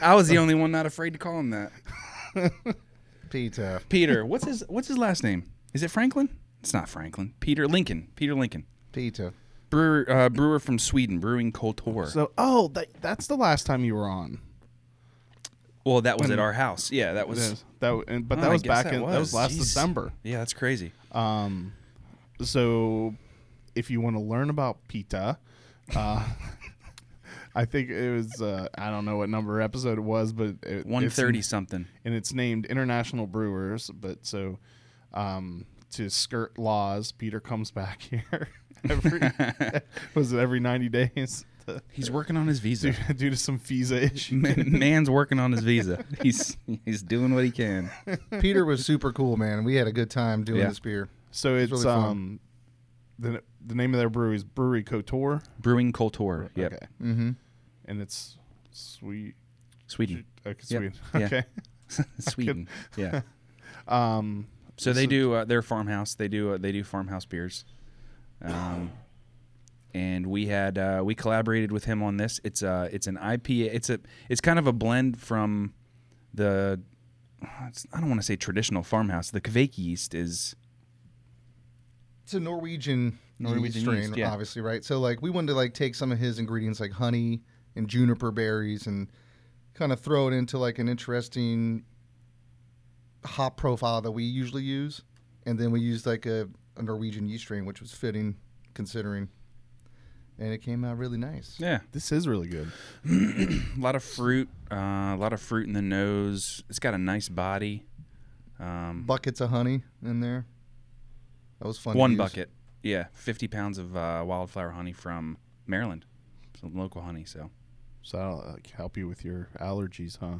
Speaker 3: I was the only one not afraid to call him that.
Speaker 2: Peter.
Speaker 3: Peter, what's his what's his last name? Is it Franklin? It's not Franklin. Peter Lincoln. Peter Lincoln.
Speaker 2: Peter.
Speaker 3: Brewer uh, brewer from Sweden, brewing Koltor.
Speaker 1: So, oh, that, that's the last time you were on.
Speaker 3: well, that was at our house. Yeah, that was.
Speaker 1: That w- and, but
Speaker 3: Oh,
Speaker 1: that
Speaker 3: I
Speaker 1: was
Speaker 3: guess
Speaker 1: back
Speaker 3: that
Speaker 1: in that was
Speaker 3: was.
Speaker 1: last
Speaker 3: Jeez.
Speaker 1: December.
Speaker 3: Yeah, that's crazy.
Speaker 1: Um, so if you want to learn about pita, uh, I think it was uh, I don't know what number episode it was, but it,
Speaker 3: One thirty
Speaker 1: it's,
Speaker 3: something.
Speaker 1: and it's named International Brewers. But so um, to skirt laws, Peter comes back here every was it every ninety days. to-
Speaker 3: He's working on his visa.
Speaker 1: due, due to some visa issue.
Speaker 3: Ma- Man's working on his visa. He's he's doing what he can.
Speaker 2: Peter was super cool, man. We had a good time doing
Speaker 3: Yeah.
Speaker 2: this beer.
Speaker 1: So it's,
Speaker 2: really fun.
Speaker 1: um the the name of their brewery is Brewery Couture.
Speaker 3: Brewing Koltor. Yep.
Speaker 1: Okay.
Speaker 2: Mm-hmm.
Speaker 1: And it's sweet.
Speaker 3: Sweden.
Speaker 1: Okay,
Speaker 3: Yep.
Speaker 1: sweet.
Speaker 3: Yeah.
Speaker 1: Okay.
Speaker 3: Sweden. Yeah.
Speaker 1: Um
Speaker 3: So they do uh, their farmhouse. They do uh, they do farmhouse beers. Um, and we had uh, we collaborated with him on this. It's uh it's an IPA. It's a it's kind of a blend from the it's- I don't want to say traditional farmhouse. The Kveik yeast is
Speaker 2: It's a Norwegian
Speaker 3: Norwegian
Speaker 2: yeast strain,
Speaker 3: yeast, yeah.
Speaker 2: obviously, right? So like we wanted to like take some of his ingredients like honey and juniper berries and kind of throw it into like an interesting hop profile that we usually use. And then we used like a, a Norwegian yeast strain, which was fitting considering. And it came out really nice.
Speaker 3: yeah
Speaker 1: This is really good.
Speaker 3: a lot of fruit, uh, a lot of fruit in the nose. It's got a nice body. Um,
Speaker 2: Buckets of honey in there. That was fun. to
Speaker 3: one
Speaker 2: use.
Speaker 3: bucket, yeah, fifty pounds of uh, wildflower honey from Maryland, some local honey. So
Speaker 1: So that'll like, help you with your allergies, huh?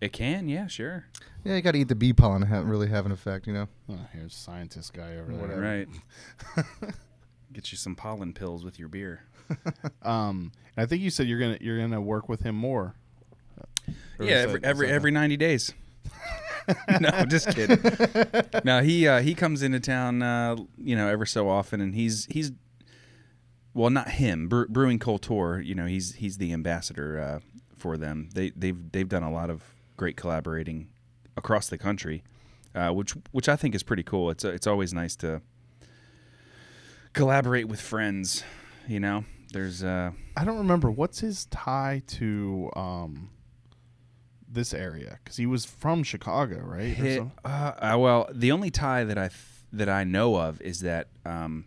Speaker 3: it can, yeah, sure,
Speaker 2: Yeah, you got to eat the bee pollen to ha- really have an effect, you know?
Speaker 1: Oh, here's scientist guy over there.
Speaker 3: All right. Get you some pollen pills with your beer.
Speaker 1: Um, I think you said you're gonna you're gonna work with him more. Or
Speaker 3: yeah,
Speaker 1: is
Speaker 3: every
Speaker 1: that- is
Speaker 3: every
Speaker 1: that-
Speaker 3: every ninety days. no, just kidding. no, he uh, he comes into town, uh, you know, ever so often, and he's he's well, not him. Bre- Brewing Cultor, you know, he's he's the ambassador uh, for them. They they've they've done a lot of great collaborating across the country, uh, which which I think is pretty cool. It's it's always nice to collaborate with friends, you know. There's uh,
Speaker 1: I don't remember what's his tie to um this area because he was from Chicago, right? Or
Speaker 3: Hit,
Speaker 1: some-
Speaker 3: uh, uh, well, the only tie that I th- that I know of is that um,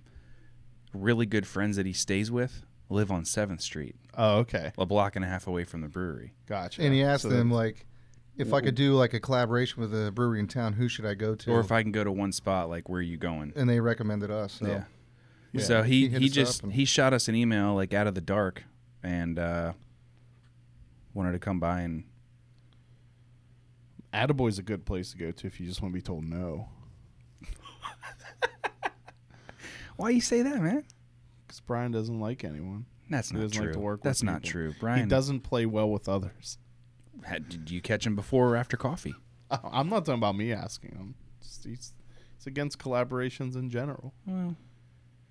Speaker 3: really good friends that he stays with live on Seventh Street,
Speaker 1: Oh, okay,
Speaker 3: a block and a half away from the brewery.
Speaker 1: gotcha.
Speaker 2: And he asked
Speaker 1: So
Speaker 2: them
Speaker 1: that-
Speaker 2: like, if I could do like a collaboration with a brewery in town, who should I go to?
Speaker 3: Or if I can go to one spot, like where are you going?
Speaker 2: and they recommended us. So.
Speaker 3: yeah.
Speaker 1: Yeah.
Speaker 3: So he
Speaker 2: He hit us
Speaker 3: he
Speaker 2: up
Speaker 3: just
Speaker 2: and-
Speaker 3: he shot us an email like out of the dark and uh, wanted to come by and
Speaker 1: Attaboy's a good place to go to if you just want to be told no.
Speaker 3: why you say that man?
Speaker 1: Because Brian doesn't like anyone.
Speaker 3: That's
Speaker 1: He
Speaker 3: not
Speaker 1: doesn't
Speaker 3: true.
Speaker 1: like to work with
Speaker 3: That's not
Speaker 1: people.
Speaker 3: true, Brian.
Speaker 1: He doesn't play well with others.
Speaker 3: had- did you catch him before or after coffee?
Speaker 1: I- I'm not talking about me asking him. It's, he's, it's against collaborations in general.
Speaker 3: Well,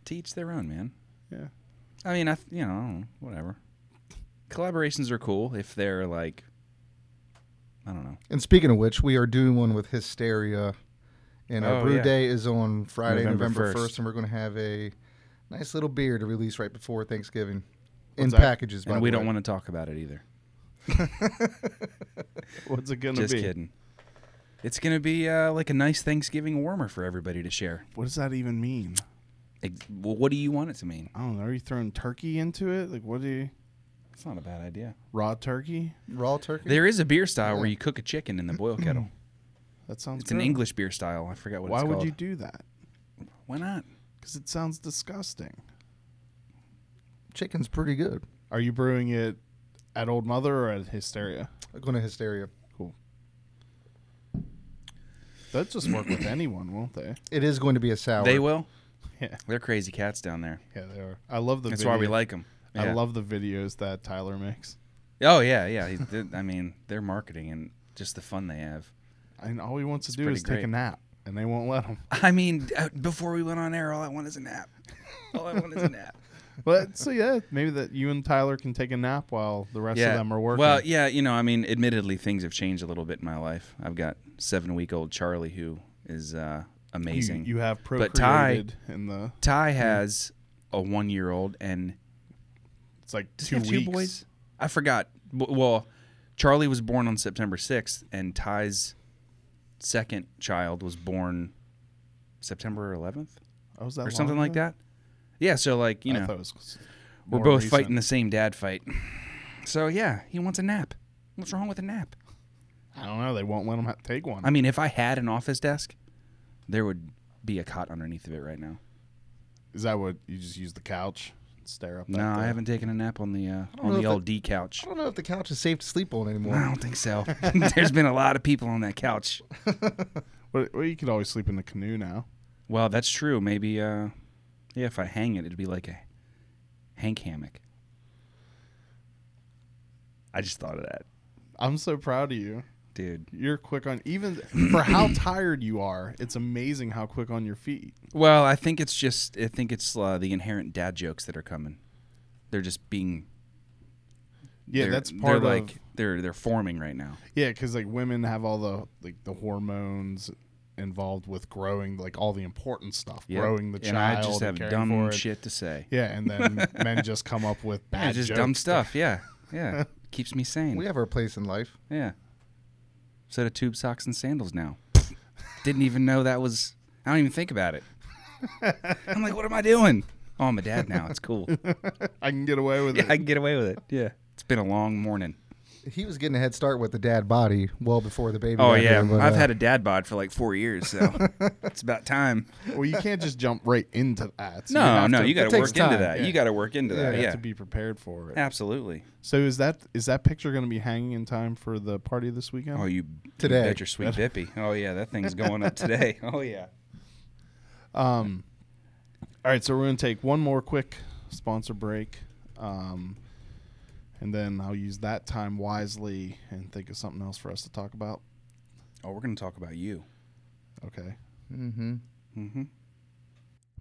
Speaker 3: to each their own, man.
Speaker 1: Yeah.
Speaker 3: I mean, I th- you know, I don't know, whatever. Collaborations are cool if they're like, I don't know.
Speaker 2: And speaking of which, we are doing one with Hysteria, and our
Speaker 3: Oh,
Speaker 2: brew
Speaker 3: yeah.
Speaker 2: day is on Friday,
Speaker 3: November
Speaker 2: November
Speaker 3: 1st.
Speaker 2: first, and we're going to have a nice little beer to release right before Thanksgiving in
Speaker 1: What's that?
Speaker 2: packages. By
Speaker 3: And
Speaker 2: the
Speaker 3: we
Speaker 2: way.
Speaker 3: don't want to talk about it either.
Speaker 1: What's it gonna
Speaker 3: Just
Speaker 1: be?
Speaker 3: kidding. It's gonna be uh, like a nice Thanksgiving warmer for everybody to share.
Speaker 1: What does that even mean?
Speaker 3: Ex- well, what do you want it to mean?
Speaker 1: I don't know. Are you throwing turkey into it? Like, what do you
Speaker 3: It's not a bad idea.
Speaker 1: raw turkey?
Speaker 2: raw turkey.
Speaker 3: There is a beer style where you cook a chicken in the boil kettle.
Speaker 1: That sounds.
Speaker 3: It's an
Speaker 1: gross.
Speaker 3: English beer style. I forgot what
Speaker 1: Why
Speaker 3: it's
Speaker 1: would
Speaker 3: called.
Speaker 1: you do that?
Speaker 3: Why not?
Speaker 1: Because it sounds disgusting.
Speaker 2: Chicken's pretty good.
Speaker 1: Are you brewing it at Old Mother or at Hysteria?
Speaker 2: Going to Hysteria.
Speaker 1: Cool. They'll just work with anyone, won't they?
Speaker 2: It is going to be a sour.
Speaker 3: They will.
Speaker 1: Yeah,
Speaker 3: They're crazy cats down there.
Speaker 1: yeah, they are. I love the.
Speaker 3: That's why we
Speaker 1: video-
Speaker 3: like them.
Speaker 1: I love the videos that Tyler makes.
Speaker 3: Oh yeah, yeah. He- they're- I mean, their marketing and just the fun they have.
Speaker 1: And all he wants to do
Speaker 3: pretty
Speaker 1: is take a
Speaker 3: great.
Speaker 1: nap, and they won't let him.
Speaker 3: I mean, uh, before we went on air, all I want is a nap. All I want is a nap.
Speaker 1: But so yeah, maybe that you and Tyler can take a nap while the rest of them are working.
Speaker 3: Well, yeah, you know, I mean, admittedly, things have changed a little bit in my life. I've got seven-week-old Charlie who is uh,
Speaker 1: You-
Speaker 3: amazing.
Speaker 1: You, Hmm. have
Speaker 3: But Ty-
Speaker 1: procreated, and the
Speaker 3: Ty has a one-year-old, and
Speaker 1: it's like
Speaker 3: does
Speaker 1: two
Speaker 3: he have
Speaker 1: weeks.
Speaker 3: two boys? I forgot. W- Well, Charlie was born on September sixth, and Ty's second child was born September eleventh
Speaker 1: Oh, was that
Speaker 3: or something
Speaker 1: long
Speaker 3: like
Speaker 1: ago?
Speaker 3: that. Yeah, so like you
Speaker 1: I
Speaker 3: know,
Speaker 1: thought it was
Speaker 3: We're
Speaker 1: more
Speaker 3: both
Speaker 1: recent.
Speaker 3: fighting the same dad fight. So yeah, he wants a nap. What's wrong with a nap?
Speaker 1: I don't know. They won't let him ha- take one.
Speaker 3: I mean, if I had an office desk, there would be a cot underneath of it right now.
Speaker 1: Is that what you just use the couch? and Stare up.
Speaker 3: no,
Speaker 1: that
Speaker 3: I
Speaker 1: day?
Speaker 3: haven't taken a nap on the uh,
Speaker 2: know
Speaker 3: on
Speaker 2: if
Speaker 3: the
Speaker 2: I-
Speaker 3: old D couch.
Speaker 2: I don't know if the couch is safe to sleep on anymore.
Speaker 3: I don't think so. There's been a lot of people on that couch.
Speaker 1: Well, well, you could always sleep in the canoe now.
Speaker 3: Well, that's true. Maybe, uh, yeah, if I hang it, it'd be like a Hank hammock. I just thought of that.
Speaker 1: I'm so proud of you.
Speaker 3: dude.
Speaker 1: You're quick on even for how tired you are. It's amazing how quick on your feet.
Speaker 3: Well, I think it's just I think it's uh, the inherent dad jokes that are coming. They're just being
Speaker 1: Yeah,
Speaker 3: they're-
Speaker 1: that's part of
Speaker 3: they're like they're they're forming right now.
Speaker 1: yeah, because like women have all the like the hormones involved with growing, like all the important stuff,
Speaker 3: Yep.
Speaker 1: growing the
Speaker 3: and
Speaker 1: child.
Speaker 3: I just
Speaker 1: and
Speaker 3: have
Speaker 1: caring
Speaker 3: dumb
Speaker 1: for it.
Speaker 3: shit to say.
Speaker 1: Yeah, and then men just come up with bad,
Speaker 3: Yeah, just dumb
Speaker 1: jokes.
Speaker 3: stuff. Yeah, yeah, keeps me sane.
Speaker 2: We have our place in life.
Speaker 3: Yeah. Set of tube socks and sandals now. Didn't even know that was. I don't even think about it. I'm like, what am I doing? Oh, I'm a dad now. It's cool.
Speaker 1: I can get away with
Speaker 3: yeah,
Speaker 1: it.
Speaker 3: I can get away with it. Yeah. It's been a long morning.
Speaker 2: He was getting a head start with the dad body well before the baby.
Speaker 3: Oh,
Speaker 2: got
Speaker 3: yeah.
Speaker 2: here, but,
Speaker 3: I've
Speaker 2: uh,
Speaker 3: had a dad bod for like four years, so it's about time.
Speaker 1: well, you can't just jump right into that. So
Speaker 3: No,
Speaker 1: have
Speaker 3: no,
Speaker 1: to-
Speaker 3: you got to
Speaker 2: takes
Speaker 3: work
Speaker 2: time,
Speaker 3: into that.
Speaker 1: yeah.
Speaker 3: You got to work into
Speaker 1: you
Speaker 3: that.
Speaker 1: have
Speaker 3: Yeah.
Speaker 1: to be prepared for it.
Speaker 3: Absolutely.
Speaker 1: So is that is that picture going to be hanging in time for the party this weekend?
Speaker 3: Oh, you
Speaker 2: Today.
Speaker 3: You bet your sweet bippy. Oh, yeah. That thing's going up today. Oh, yeah.
Speaker 1: Um, all right, so we're going to take one more quick sponsor break. Um, and then I'll use that time wisely and think of something else for us to talk about.
Speaker 3: Oh, we're going to talk about you.
Speaker 1: Okay.
Speaker 2: mhm.
Speaker 3: Mm-hmm.
Speaker 1: I'm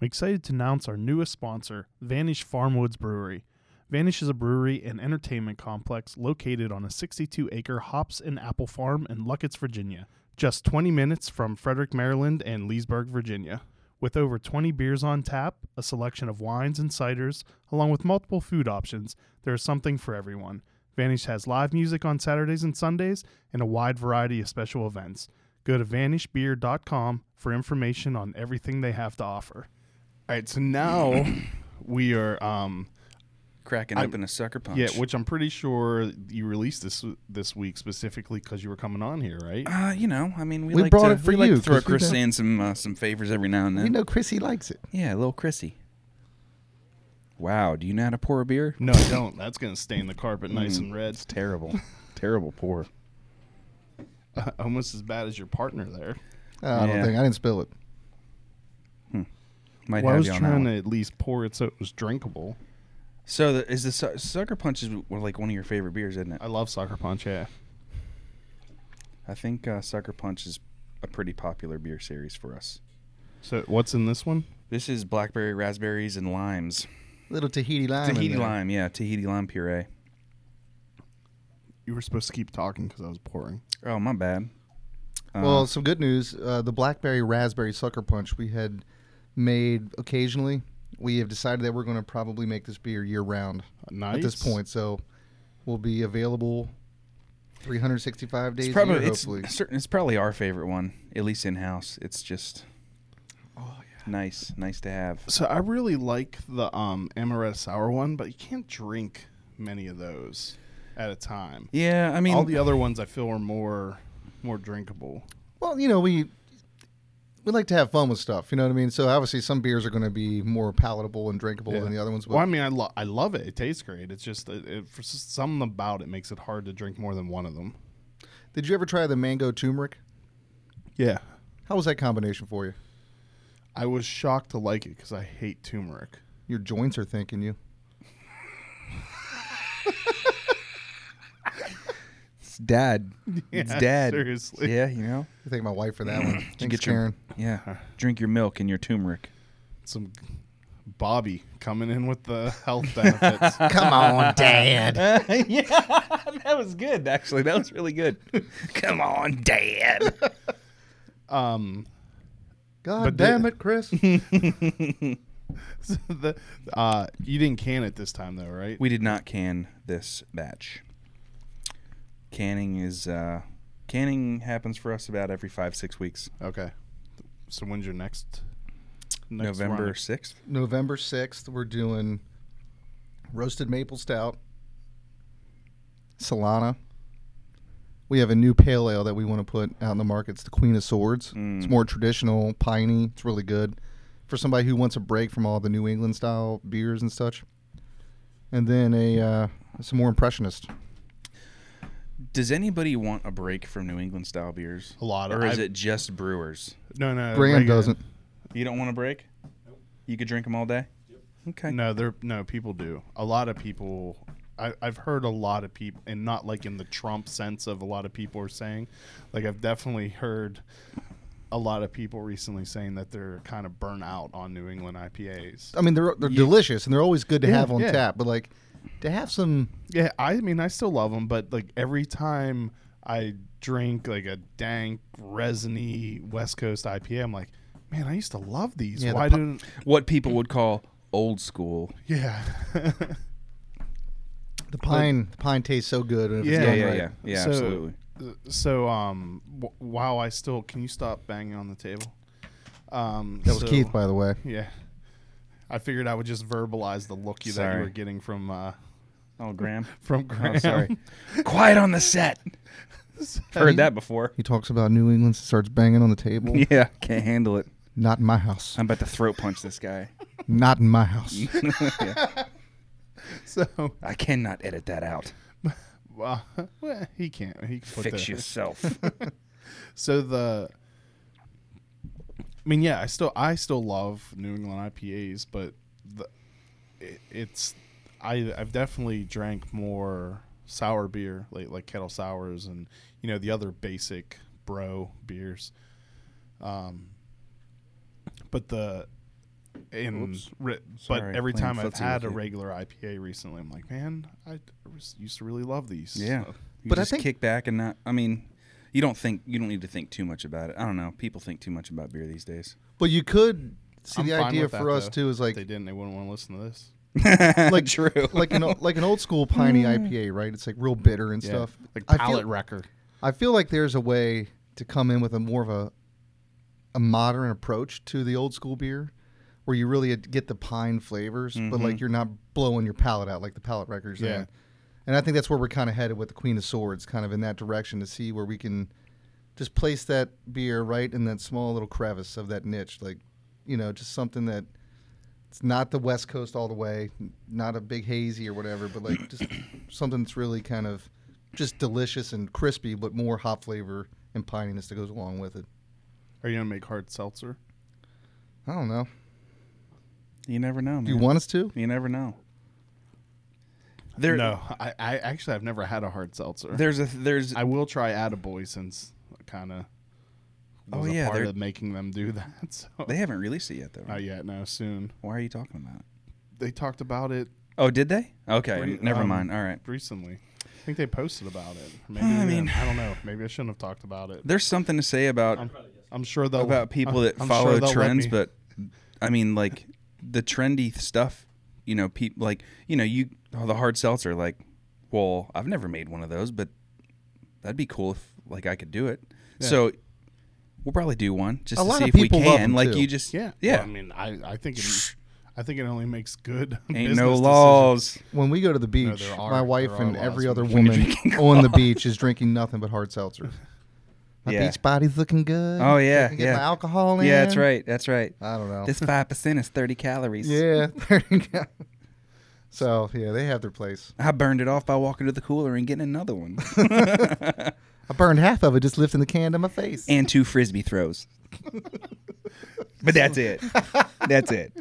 Speaker 1: excited to announce our newest sponsor, Vanish Farmwoods Brewery. Vanish is a brewery and entertainment complex located on a 62 acre hops and apple farm in Luckett's, Virginia, just 20 minutes from Frederick, Maryland and Leesburg, Virginia. With over 20 beers on tap, a selection of wines and ciders, along with multiple food options, there is something for everyone. Vanish has live music on Saturdays and Sundays and a wide variety of special events. Go to vanishbeer.com for information on everything they have to offer. All right, so now we are, um,
Speaker 3: Cracking
Speaker 1: I'm-
Speaker 3: open a sucker punch.
Speaker 1: yeah, which I'm pretty sure you released this this week specifically because you were coming on here, right?
Speaker 3: Uh, you know, I mean, we,
Speaker 2: We
Speaker 3: like
Speaker 2: brought
Speaker 3: to,
Speaker 2: it for
Speaker 3: we like to
Speaker 2: you,
Speaker 3: throw
Speaker 2: 'cause we
Speaker 3: Chris
Speaker 2: know-
Speaker 3: in some uh, some favors every now and
Speaker 2: We
Speaker 3: then.
Speaker 2: know Chrissy likes it.
Speaker 3: Yeah, little Chrissy. Wow, do you know how to pour a beer?
Speaker 1: No, I don't. That's gonna stain the carpet nice and red.
Speaker 3: It's terrible, terrible pour.
Speaker 1: Almost as bad as your partner there.
Speaker 2: Uh, I
Speaker 3: Yeah.
Speaker 2: don't think I didn't spill it.
Speaker 3: Might
Speaker 1: Well, I
Speaker 3: have
Speaker 1: was
Speaker 3: you on that
Speaker 1: trying to
Speaker 3: one.
Speaker 1: at least pour it so it was drinkable.
Speaker 3: So the, is the su- sucker punch is w- like one of your favorite beers, isn't it?
Speaker 1: I love soccer punch. Yeah,
Speaker 3: I think uh, sucker punch is a pretty popular beer series for us.
Speaker 1: So what's in this one?
Speaker 3: This is blackberry, raspberries, and limes.
Speaker 2: Little Tahiti lime. in
Speaker 3: Tahiti
Speaker 2: there.
Speaker 3: lime, yeah, Tahiti lime puree.
Speaker 1: You were supposed to keep talking because I was pouring.
Speaker 3: Oh, my bad. Uh,
Speaker 2: Well, some good news. Uh, the blackberry raspberry sucker punch we had made occasionally. We have decided that we're going to probably make this beer year round
Speaker 1: Nice.
Speaker 2: at this point. So we'll be available 365 days
Speaker 3: it's
Speaker 2: a
Speaker 3: probably
Speaker 2: year,
Speaker 3: it's,
Speaker 2: hopefully.
Speaker 3: certain, it's probably our favorite one, at least in house. It's just
Speaker 1: Oh,
Speaker 3: nice, nice to have.
Speaker 1: So I really like the um, amaretto sour one, but you can't drink many of those at a time.
Speaker 3: Yeah, I mean,
Speaker 1: all the other ones I feel are more more drinkable.
Speaker 2: Well, you know, we we like to have fun with stuff, you know what I mean? So obviously some beers are going to be more palatable and drinkable
Speaker 1: Yeah.
Speaker 2: than the other ones. But
Speaker 1: Well, I mean, I, lo- I love it. It tastes great. It's just it, it, for s- something about it makes it hard to drink more than one of them.
Speaker 2: did you ever try the mango turmeric?
Speaker 1: Yeah,
Speaker 2: How was that combination for you?
Speaker 1: I was shocked to like it because I hate turmeric.
Speaker 2: Your joints are thanking you.
Speaker 3: it's dad. it's
Speaker 1: Yeah,
Speaker 3: dad.
Speaker 1: seriously.
Speaker 3: Yeah, you know.
Speaker 2: I thank my wife for that one. Thanks,
Speaker 3: you get your-
Speaker 2: Karen.
Speaker 3: Yeah, drink your milk and your turmeric.
Speaker 1: Some Bobby coming in with the health benefits.
Speaker 2: Come on, Dad.
Speaker 3: yeah, that was good. Actually, that was really good. Come on, dad.
Speaker 1: um,
Speaker 2: God
Speaker 1: But
Speaker 2: damn
Speaker 1: the-
Speaker 2: it, Chris.
Speaker 1: so the, uh, you didn't can it this time though, right?
Speaker 3: We did not can this batch. Canning is uh, canning happens for us about every five six weeks.
Speaker 1: okay. So when's your next? next
Speaker 3: November
Speaker 1: run?
Speaker 3: sixth.
Speaker 2: November 6th, we're doing roasted maple stout, Solana. We have a new pale ale that we want to put out in the market. It's the Queen of Swords. It's
Speaker 3: Mm.
Speaker 2: more traditional, piney. It's really good for somebody who wants a break from all the New England style beers and such. And then a uh, some more impressionist.
Speaker 3: Does anybody want a break from New England style beers?
Speaker 1: A lot.
Speaker 3: Or is
Speaker 1: I've-
Speaker 3: it just brewers?
Speaker 1: No, no.
Speaker 2: Graham
Speaker 1: regular-
Speaker 2: doesn't.
Speaker 3: You don't want a break? You could drink them all day? Okay.
Speaker 1: No, they're no people do. A lot of people I, I've heard a lot of people, and not like in the Trump sense of a lot of people are saying, like I've definitely heard a lot of people recently saying that they're kind of burnt out on New England IPAs.
Speaker 2: I mean, they're they're delicious and they're always good to
Speaker 1: Yeah,
Speaker 2: have on
Speaker 1: yeah.
Speaker 2: tap. But like, to have some,
Speaker 1: Yeah, I mean, I still love them, but like every time I drink like a dank, resiny West Coast IPA, I'm like, man, I used to love these.
Speaker 2: Yeah, the
Speaker 1: Why
Speaker 2: pu-
Speaker 1: didn't?
Speaker 3: What people would call old school.
Speaker 1: Yeah,
Speaker 2: the pine the pine tastes so good. and if it's
Speaker 1: Yeah,
Speaker 2: done
Speaker 3: yeah,
Speaker 2: right.
Speaker 3: yeah, yeah,
Speaker 1: So-
Speaker 3: absolutely.
Speaker 1: so um, w- wow, I still can you stop banging on the table? Um,
Speaker 2: That was
Speaker 1: so-
Speaker 2: Keith, by the way.
Speaker 1: Yeah, I figured I would just verbalize the look you that you
Speaker 3: Sorry.
Speaker 1: were getting from uh,
Speaker 3: Oh, Graham.
Speaker 1: from Graham.
Speaker 3: sorry. Quiet on the set. Heard that before.
Speaker 2: He talks about New England, starts banging on the table.
Speaker 3: Yeah, can't handle it.
Speaker 2: Not in my house.
Speaker 3: I'm about to throat punch this guy.
Speaker 2: Not in my house.
Speaker 3: Yeah.
Speaker 1: So
Speaker 3: I cannot edit that out.
Speaker 1: uh, well, he can't. He can put
Speaker 3: Fix
Speaker 1: that-
Speaker 3: yourself.
Speaker 1: So the I mean, yeah, I still I still love New England IPAs, but the it, it's I I've definitely drank more sour beer, like like kettle sours and you know the other basic bro beers. Um but the in
Speaker 3: Whoops.
Speaker 1: re, but
Speaker 3: Sorry,
Speaker 1: every
Speaker 3: playing
Speaker 1: time I've
Speaker 3: footsie
Speaker 1: had a
Speaker 3: with you.
Speaker 1: regular IPA recently, I'm like, man, I was- used to really love these.
Speaker 3: yeah. You
Speaker 2: But I
Speaker 3: just
Speaker 2: think-
Speaker 3: kick back and not. I mean, you don't think you don't need to think too much about it. I don't know. People think too much about beer these days.
Speaker 2: Well, you could see
Speaker 1: I'm
Speaker 2: the
Speaker 1: fine
Speaker 2: idea
Speaker 1: with that,
Speaker 2: for us
Speaker 1: though.
Speaker 2: too is
Speaker 1: If they
Speaker 2: like
Speaker 1: didn't, they wouldn't want to listen to this.
Speaker 2: like
Speaker 3: True.
Speaker 2: like an o- like an old school piney IPA, right? It's like real bitter and
Speaker 1: Yeah.
Speaker 2: stuff.
Speaker 1: Like
Speaker 2: I feel-
Speaker 1: palate wrecker.
Speaker 2: I feel like there's a way to come in with a more of a a modern approach to the old school beer, where you really get the pine flavors, but like you're not blowing your palate out like the palate records.
Speaker 1: Yeah.
Speaker 2: and- And I think that's where we're kind of headed with the Queen of Swords, kind of in that direction to see where we can just place that beer right in that small little crevice of that niche, like you know, just something that it's not the West Coast all the way, n- not a big hazy or whatever, but like just something that's really kind of just delicious and crispy, but more hop flavor and pininess that goes along with it.
Speaker 1: Are you gonna make hard seltzer?
Speaker 2: I don't know.
Speaker 3: You never know. Man.
Speaker 2: Do you want us to?
Speaker 3: You never know. There,
Speaker 1: no, I, I actually I've never had a hard seltzer.
Speaker 3: There's a there's
Speaker 1: I will try Attaboy since I kind of
Speaker 3: Oh,
Speaker 1: was a
Speaker 3: yeah,
Speaker 1: part
Speaker 3: they're-
Speaker 1: of making them do that. So
Speaker 3: they haven't released it yet though.
Speaker 1: not yet. No, soon.
Speaker 3: Why are you talking about it?
Speaker 1: They talked about it
Speaker 3: Oh, did they? Okay,
Speaker 1: Re-
Speaker 3: never
Speaker 1: um,
Speaker 3: mind. All right.
Speaker 1: recently. I think they posted about it. Or Maybe
Speaker 3: I
Speaker 1: I
Speaker 3: mean-
Speaker 1: mean, I don't know. Maybe I shouldn't have talked about it.
Speaker 3: There's something to say about
Speaker 1: I'm, I'm sure they'll
Speaker 3: about people
Speaker 1: I'm-
Speaker 3: that
Speaker 1: I'm sure
Speaker 3: follow
Speaker 1: they'll let
Speaker 3: trends,
Speaker 1: me-
Speaker 3: but I mean, like the trendy stuff. You know, people like you know you oh, the hard seltzer. Like, well, I've never made one of those, but that'd be cool if like I could do it.
Speaker 1: Yeah.
Speaker 3: So we'll probably do one just
Speaker 2: A
Speaker 3: to
Speaker 2: lot
Speaker 3: see
Speaker 2: of
Speaker 3: if we
Speaker 2: people love
Speaker 3: can.
Speaker 2: them,
Speaker 3: Like
Speaker 2: too.
Speaker 3: you just
Speaker 1: yeah,
Speaker 3: yeah.
Speaker 1: Well, I mean, I I think it, I think it only makes good.
Speaker 3: Ain't
Speaker 1: business
Speaker 3: no
Speaker 1: decisions.
Speaker 3: laws.
Speaker 2: When we go to the beach,
Speaker 1: there are-
Speaker 2: my wife
Speaker 1: there are
Speaker 2: and
Speaker 1: laws
Speaker 2: every
Speaker 1: when-
Speaker 2: other
Speaker 1: when you're
Speaker 2: woman on the beach is drinking nothing but hard seltzer. My
Speaker 3: Yeah.
Speaker 2: beach body's looking good.
Speaker 3: Oh, yeah,
Speaker 2: I can get
Speaker 3: yeah.
Speaker 2: my alcohol in.
Speaker 3: Yeah, that's right. That's right.
Speaker 2: I don't know.
Speaker 3: This five percent is thirty calories.
Speaker 2: yeah, there you go. So yeah, they have their place.
Speaker 3: I burned it off by walking to the cooler and getting another one
Speaker 2: I burned half of it just lifting the can to my face.
Speaker 3: and two frisbee throws. but that's it. That's it.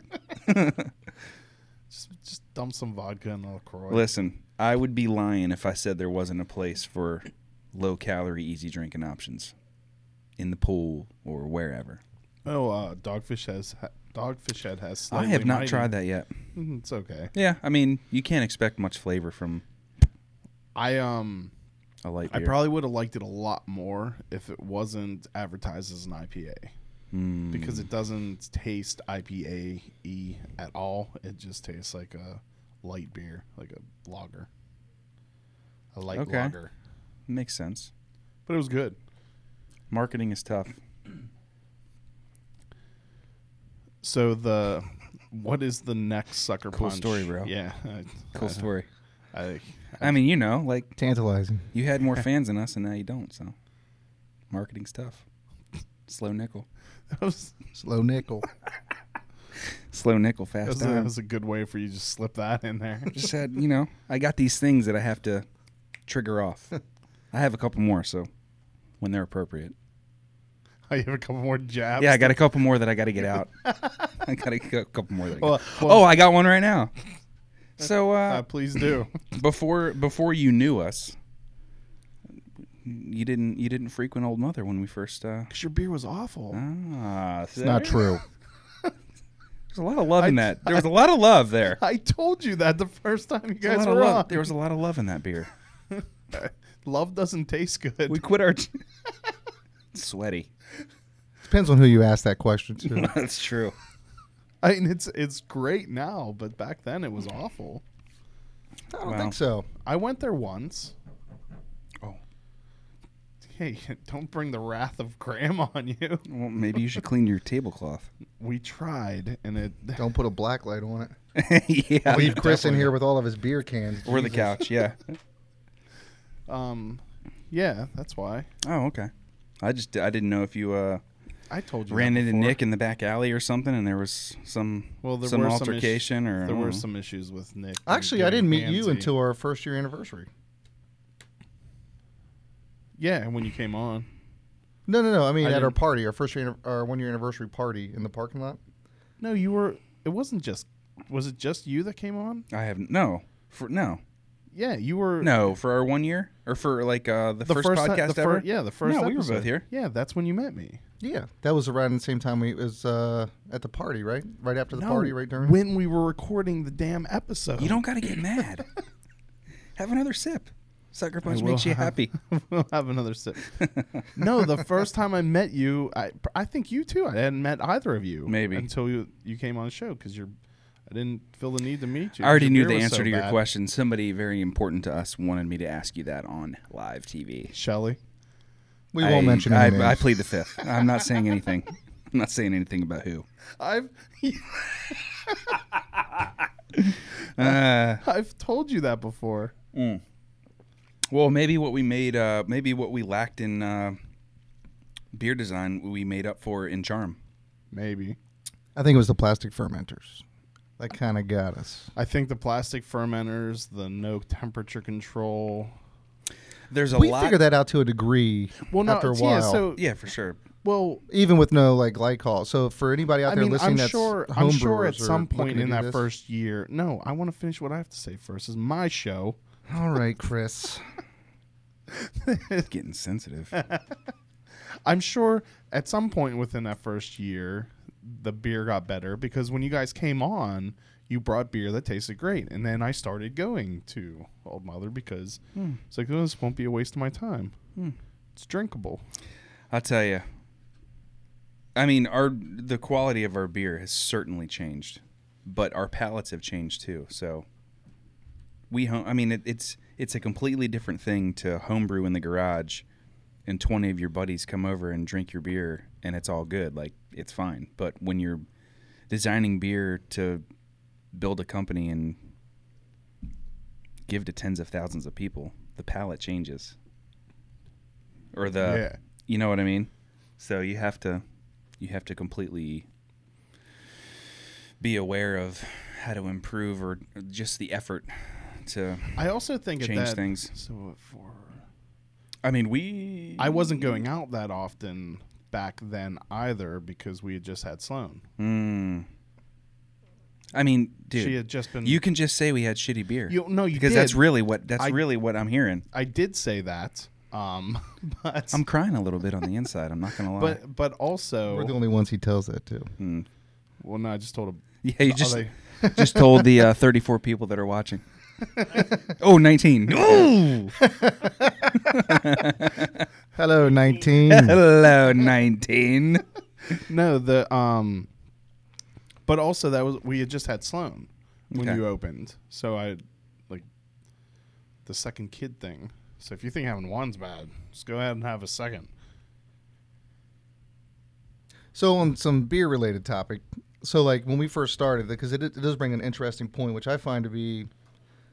Speaker 1: Just, just dump some vodka in a LaCroix.
Speaker 3: Listen, I would be lying if I said there wasn't a place for low calorie, easy drinking options in the pool or wherever.
Speaker 1: Oh, uh, Dogfish has Dogfish Head has. Mm,
Speaker 3: I have not tried that yet.
Speaker 1: It's okay.
Speaker 3: Yeah, I mean, you can't expect much flavor from
Speaker 1: I um
Speaker 3: a light
Speaker 1: I
Speaker 3: beer.
Speaker 1: probably would have liked it a lot more if it wasn't advertised as an IPA
Speaker 3: Mm,
Speaker 1: because
Speaker 3: Hmm.
Speaker 1: it doesn't taste IPA y at all. It just tastes like a light beer, like a lager, a light
Speaker 3: Okay.
Speaker 1: lager.
Speaker 3: Makes sense.
Speaker 1: But it was good.
Speaker 3: Marketing is tough.
Speaker 1: So the what is the next sucker
Speaker 3: Cool
Speaker 1: punch?
Speaker 3: story, bro.
Speaker 1: Yeah, I,
Speaker 3: Cool story.
Speaker 1: I,
Speaker 3: I mean, you know, like
Speaker 2: Tantalizing.
Speaker 3: you had more fans than us, and now you don't. So, marketing's tough. Slow nickel.
Speaker 1: that was
Speaker 2: Slow nickel.
Speaker 3: Slow nickel,
Speaker 1: that
Speaker 3: fast
Speaker 1: was, a, that
Speaker 3: time.
Speaker 1: was a good way for you to just slip that in there.
Speaker 3: Just had, you know, I got these things that I have to trigger off. I have a couple more, so when they're appropriate.
Speaker 1: I have a couple more jabs.
Speaker 3: Yeah, I got a couple more that I got to get out. I got a cou- couple more. That I
Speaker 1: Well,
Speaker 3: got.
Speaker 1: well-
Speaker 3: oh, I got one right now. So
Speaker 1: Oh, Uh,
Speaker 3: uh,
Speaker 1: please do.
Speaker 3: before before you knew us, you didn't you didn't frequent Old Mother when we first. Uh,
Speaker 1: Because your beer was awful.
Speaker 3: ah,
Speaker 2: It's not true.
Speaker 3: There's a lot of love in that. There was a lot of love there.
Speaker 1: I told you that the first time you
Speaker 3: There
Speaker 1: guys
Speaker 3: was a lot
Speaker 1: were
Speaker 3: of love-
Speaker 1: on.
Speaker 3: There was a lot of love in that beer.
Speaker 1: Love doesn't taste good.
Speaker 3: We quit our sweaty.
Speaker 2: Depends on who you ask that question to.
Speaker 3: That's true.
Speaker 1: I mean, it's it's great now, but back then it was awful.
Speaker 2: I don't
Speaker 3: Wow.
Speaker 2: think so.
Speaker 1: I went there once.
Speaker 3: Oh.
Speaker 1: Hey, don't bring the wrath of Graham on you.
Speaker 3: Well, maybe you should clean your tablecloth.
Speaker 1: We tried, and it.
Speaker 2: Don't put a black light on it.
Speaker 3: yeah.
Speaker 2: Leave Chris in here with all of his beer cans.
Speaker 3: Or the couch. Yeah.
Speaker 1: Um, yeah, that's why
Speaker 3: Oh, okay. I just I didn't know if you uh,
Speaker 1: I told you.
Speaker 3: ran
Speaker 1: that
Speaker 3: into
Speaker 1: before.
Speaker 3: Nick in the back alley or something, and there was some
Speaker 1: Well, there
Speaker 3: some
Speaker 1: were some
Speaker 3: altercation or mm. I
Speaker 1: There
Speaker 3: don't
Speaker 1: were
Speaker 3: know.
Speaker 1: some issues with Nick. and
Speaker 2: Actually, I
Speaker 1: getting
Speaker 2: didn't meet you
Speaker 1: handsy.
Speaker 2: until our first year anniversary.
Speaker 1: yeah when you came on.
Speaker 2: No, no, no. I mean,
Speaker 1: I
Speaker 2: at our
Speaker 1: didn't-
Speaker 2: party, our first year, anniv- our one year anniversary party in the parking lot.
Speaker 1: No, you were. It wasn't just. Was it just you that came on?
Speaker 3: I have no for no
Speaker 1: Yeah, you were.
Speaker 3: no for our one year or for like uh, the, first,
Speaker 1: ti-
Speaker 3: podcast
Speaker 1: the fir-
Speaker 3: ever.
Speaker 1: yeah, the first.
Speaker 3: No, we were
Speaker 1: episode.
Speaker 3: both here.
Speaker 1: Yeah, that's when you met me.
Speaker 2: Yeah, that was around the same time we it was uh, at the party, right? Right after the
Speaker 1: No,
Speaker 2: party, right during.
Speaker 1: when we were recording the damn episode.
Speaker 3: You don't got to get mad. have another sip. Sucker punch
Speaker 1: will
Speaker 3: makes you
Speaker 1: have-
Speaker 3: happy.
Speaker 1: we'll have another sip. no, the first time I met you, I I think you too. I hadn't met either of you
Speaker 3: Maybe.
Speaker 1: until you you came on the show because you're. I didn't feel the need to meet you.
Speaker 3: I already
Speaker 1: Your
Speaker 3: knew
Speaker 1: beer
Speaker 3: the
Speaker 1: was
Speaker 3: answer
Speaker 1: so
Speaker 3: to your
Speaker 1: bad.
Speaker 3: question. Somebody very important to us wanted me to ask you that on live TV.
Speaker 1: Shelley.
Speaker 2: we won't
Speaker 3: I-
Speaker 2: mention any names.
Speaker 3: I, I plead the fifth. I'm not saying anything. I'm not saying anything about who.
Speaker 1: I've
Speaker 3: Uh,
Speaker 1: I've told you that before.
Speaker 3: well, maybe what we made, uh, maybe what we lacked in uh, beer design, we made up for in charm.
Speaker 1: Maybe.
Speaker 2: I think it was the plastic fermenters. That kind of got us.
Speaker 1: I think the plastic fermenters, the no temperature control.
Speaker 3: There's a
Speaker 2: we
Speaker 3: lot.
Speaker 2: figured that out to a degree
Speaker 1: Well, no,
Speaker 2: after a
Speaker 1: it's-
Speaker 2: while.
Speaker 1: yeah. So,
Speaker 3: yeah, for sure.
Speaker 1: well,
Speaker 2: even with no like glycol. So for anybody out
Speaker 1: I
Speaker 2: there
Speaker 1: mean,
Speaker 2: listening,
Speaker 1: I'm
Speaker 2: that's
Speaker 1: sure, I'm sure at
Speaker 2: homebrewers or
Speaker 1: some
Speaker 2: looking
Speaker 1: point
Speaker 2: to
Speaker 1: in
Speaker 2: do
Speaker 1: that
Speaker 2: this-
Speaker 1: first year. No, I want to finish what I have to say first. This is my show.
Speaker 2: All right, Chris.
Speaker 3: Getting sensitive.
Speaker 1: I'm sure at some point within that first year, the beer got better because when you guys came on, you brought beer that tasted great, and then I started going to Old Mother because
Speaker 2: Hmm.
Speaker 1: it's like oh, this won't be a waste of my time. It's drinkable.
Speaker 3: I'll tell you. I mean, our the quality of our beer has certainly changed, but our palates have changed too. So we, home, I mean, it, it's it's a completely different thing to homebrew in the garage, and twenty of your buddies come over and drink your beer, and it's all good, like it's fine. But when you're designing beer to build a company and give to tens of thousands of people, the palate changes, or the
Speaker 1: yeah.
Speaker 3: you know what I mean? So you have to you have to completely be aware of how to improve or just the effort to
Speaker 1: I also think at
Speaker 3: change
Speaker 1: that,
Speaker 3: things.
Speaker 1: So what for?
Speaker 3: I mean, we
Speaker 1: I wasn't going out that often back then either because we had just had Sloan.
Speaker 3: Mm. I mean, dude,
Speaker 1: she had just been.
Speaker 3: you can just say we had shitty beer.
Speaker 1: You- no, you
Speaker 3: because that's
Speaker 1: did.
Speaker 3: really what that's
Speaker 1: I-
Speaker 3: really what I'm hearing.
Speaker 1: I did say that, um, but
Speaker 3: I'm crying a little bit on the inside. I'm not gonna lie.
Speaker 1: but but
Speaker 2: We're the
Speaker 1: also,
Speaker 2: only ones he tells that to.
Speaker 3: Mm.
Speaker 1: well, no, I just told him.
Speaker 3: yeah, you
Speaker 1: oh,
Speaker 3: just
Speaker 1: they-
Speaker 3: just told the uh, 34 people that are watching. oh, 19. Ooh!
Speaker 2: Hello, nineteen.
Speaker 3: Hello, 19.
Speaker 1: no, the um, but also that was we had just had Sloan when
Speaker 3: Okay.
Speaker 1: you opened, so I like the second kid thing. So if you think having one's bad, just go ahead and have a second.
Speaker 2: So on some beer related topic, so like when we first started, because it, it does bring an interesting point, which I find to be,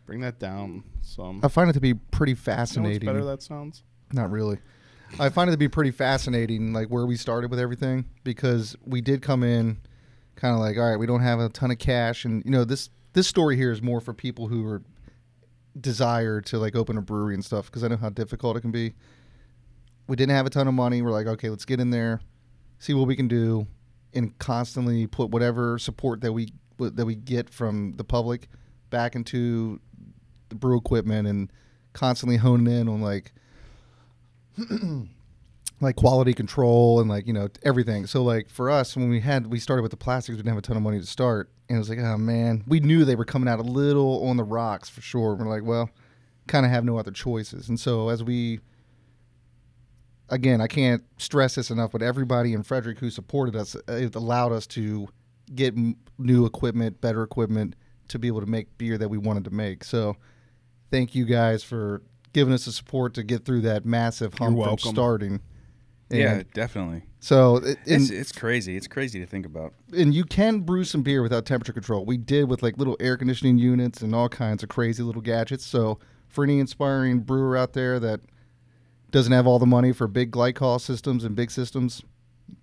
Speaker 1: Bring that down some.
Speaker 2: I find it to be pretty
Speaker 1: You know what's
Speaker 2: fascinating.
Speaker 1: better that sounds?
Speaker 2: Not really. I find it to be pretty fascinating, like where we started with everything, because we did come in kind of like, all right, we don't have a ton of cash, and you know this this story here is more for people who are desire to like open a brewery and stuff, because I know how difficult it can be. We didn't have a ton of money. We're like, okay, let's get in there, see what we can do, and constantly put whatever support that we that we get from the public back into the brew equipment and constantly honing in on like like quality control and like you know everything. So like for us, when we had we started with the plastics, we didn't have a ton of money to start, and it was like, oh man, we knew they were coming out a little on the rocks for sure. We're like, well, kind of have no other choices, and so as we again, I can't stress this enough, but everybody in Frederick who supported us, uh, it allowed us to get m- new equipment, better equipment to be able to make beer that we wanted to make. So, thank you guys for giving us the support to get through that massive hump from
Speaker 1: welcome.
Speaker 2: starting. And
Speaker 3: yeah, definitely.
Speaker 2: So, it,
Speaker 3: It's,
Speaker 2: and,
Speaker 3: it's crazy. It's crazy to think about.
Speaker 2: and you can brew some beer without temperature control. We did with like little air conditioning units and all kinds of crazy little gadgets. So, for any inspiring brewer out there that doesn't have all the money for big glycol systems and big systems,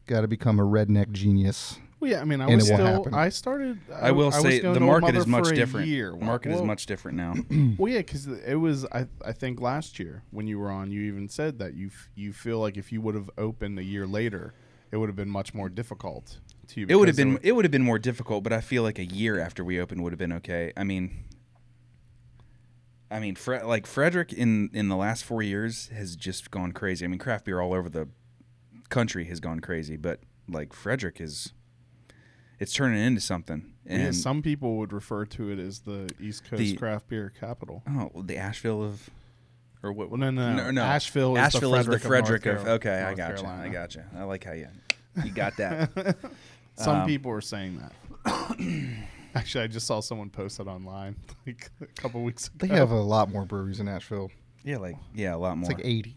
Speaker 2: got to become a redneck genius.
Speaker 1: Well, yeah, I mean, I
Speaker 2: And
Speaker 1: was
Speaker 2: it won't
Speaker 1: still.
Speaker 2: happen.
Speaker 1: I started.
Speaker 3: I will
Speaker 1: was
Speaker 3: say
Speaker 1: going
Speaker 3: the
Speaker 1: to a
Speaker 3: market
Speaker 1: mother
Speaker 3: is much
Speaker 1: for a
Speaker 3: different.
Speaker 1: year. Well,
Speaker 3: market is
Speaker 1: well,
Speaker 3: much different now.
Speaker 1: Well, yeah, because it was. I I think last year when you were on, you even said that you f- you feel like if you would have opened a year later, it would have been much more difficult to.
Speaker 3: it would
Speaker 1: because
Speaker 3: have
Speaker 1: there
Speaker 3: been
Speaker 1: were-
Speaker 3: it would have been more difficult, but I feel like a year after we opened would have been okay. I mean, I mean, Fre- like Frederick in in the last four years has just gone crazy. I mean, craft beer all over the country has gone crazy, but like Frederick is, it's turning into something. And
Speaker 1: yeah, some people would refer to it as the East Coast
Speaker 3: The-
Speaker 1: craft beer capital.
Speaker 3: oh, well, the Asheville of, or what?
Speaker 1: Well, no, no,
Speaker 3: no, no.
Speaker 1: Asheville is the
Speaker 3: Asheville is the
Speaker 1: Frederick
Speaker 3: Frederick
Speaker 1: of
Speaker 3: of.
Speaker 1: North
Speaker 3: okay,
Speaker 1: Carol-
Speaker 3: I
Speaker 1: North
Speaker 3: got gotcha, you. I
Speaker 1: Carolina.
Speaker 3: got gotcha. you. I like how you you got that.
Speaker 1: Some
Speaker 3: Um,
Speaker 1: people are saying that. Actually, I just saw someone post it online like a couple weeks ago.
Speaker 2: They have a lot more breweries in Nashville.
Speaker 3: yeah, like yeah, a lot more.
Speaker 2: It's like 80.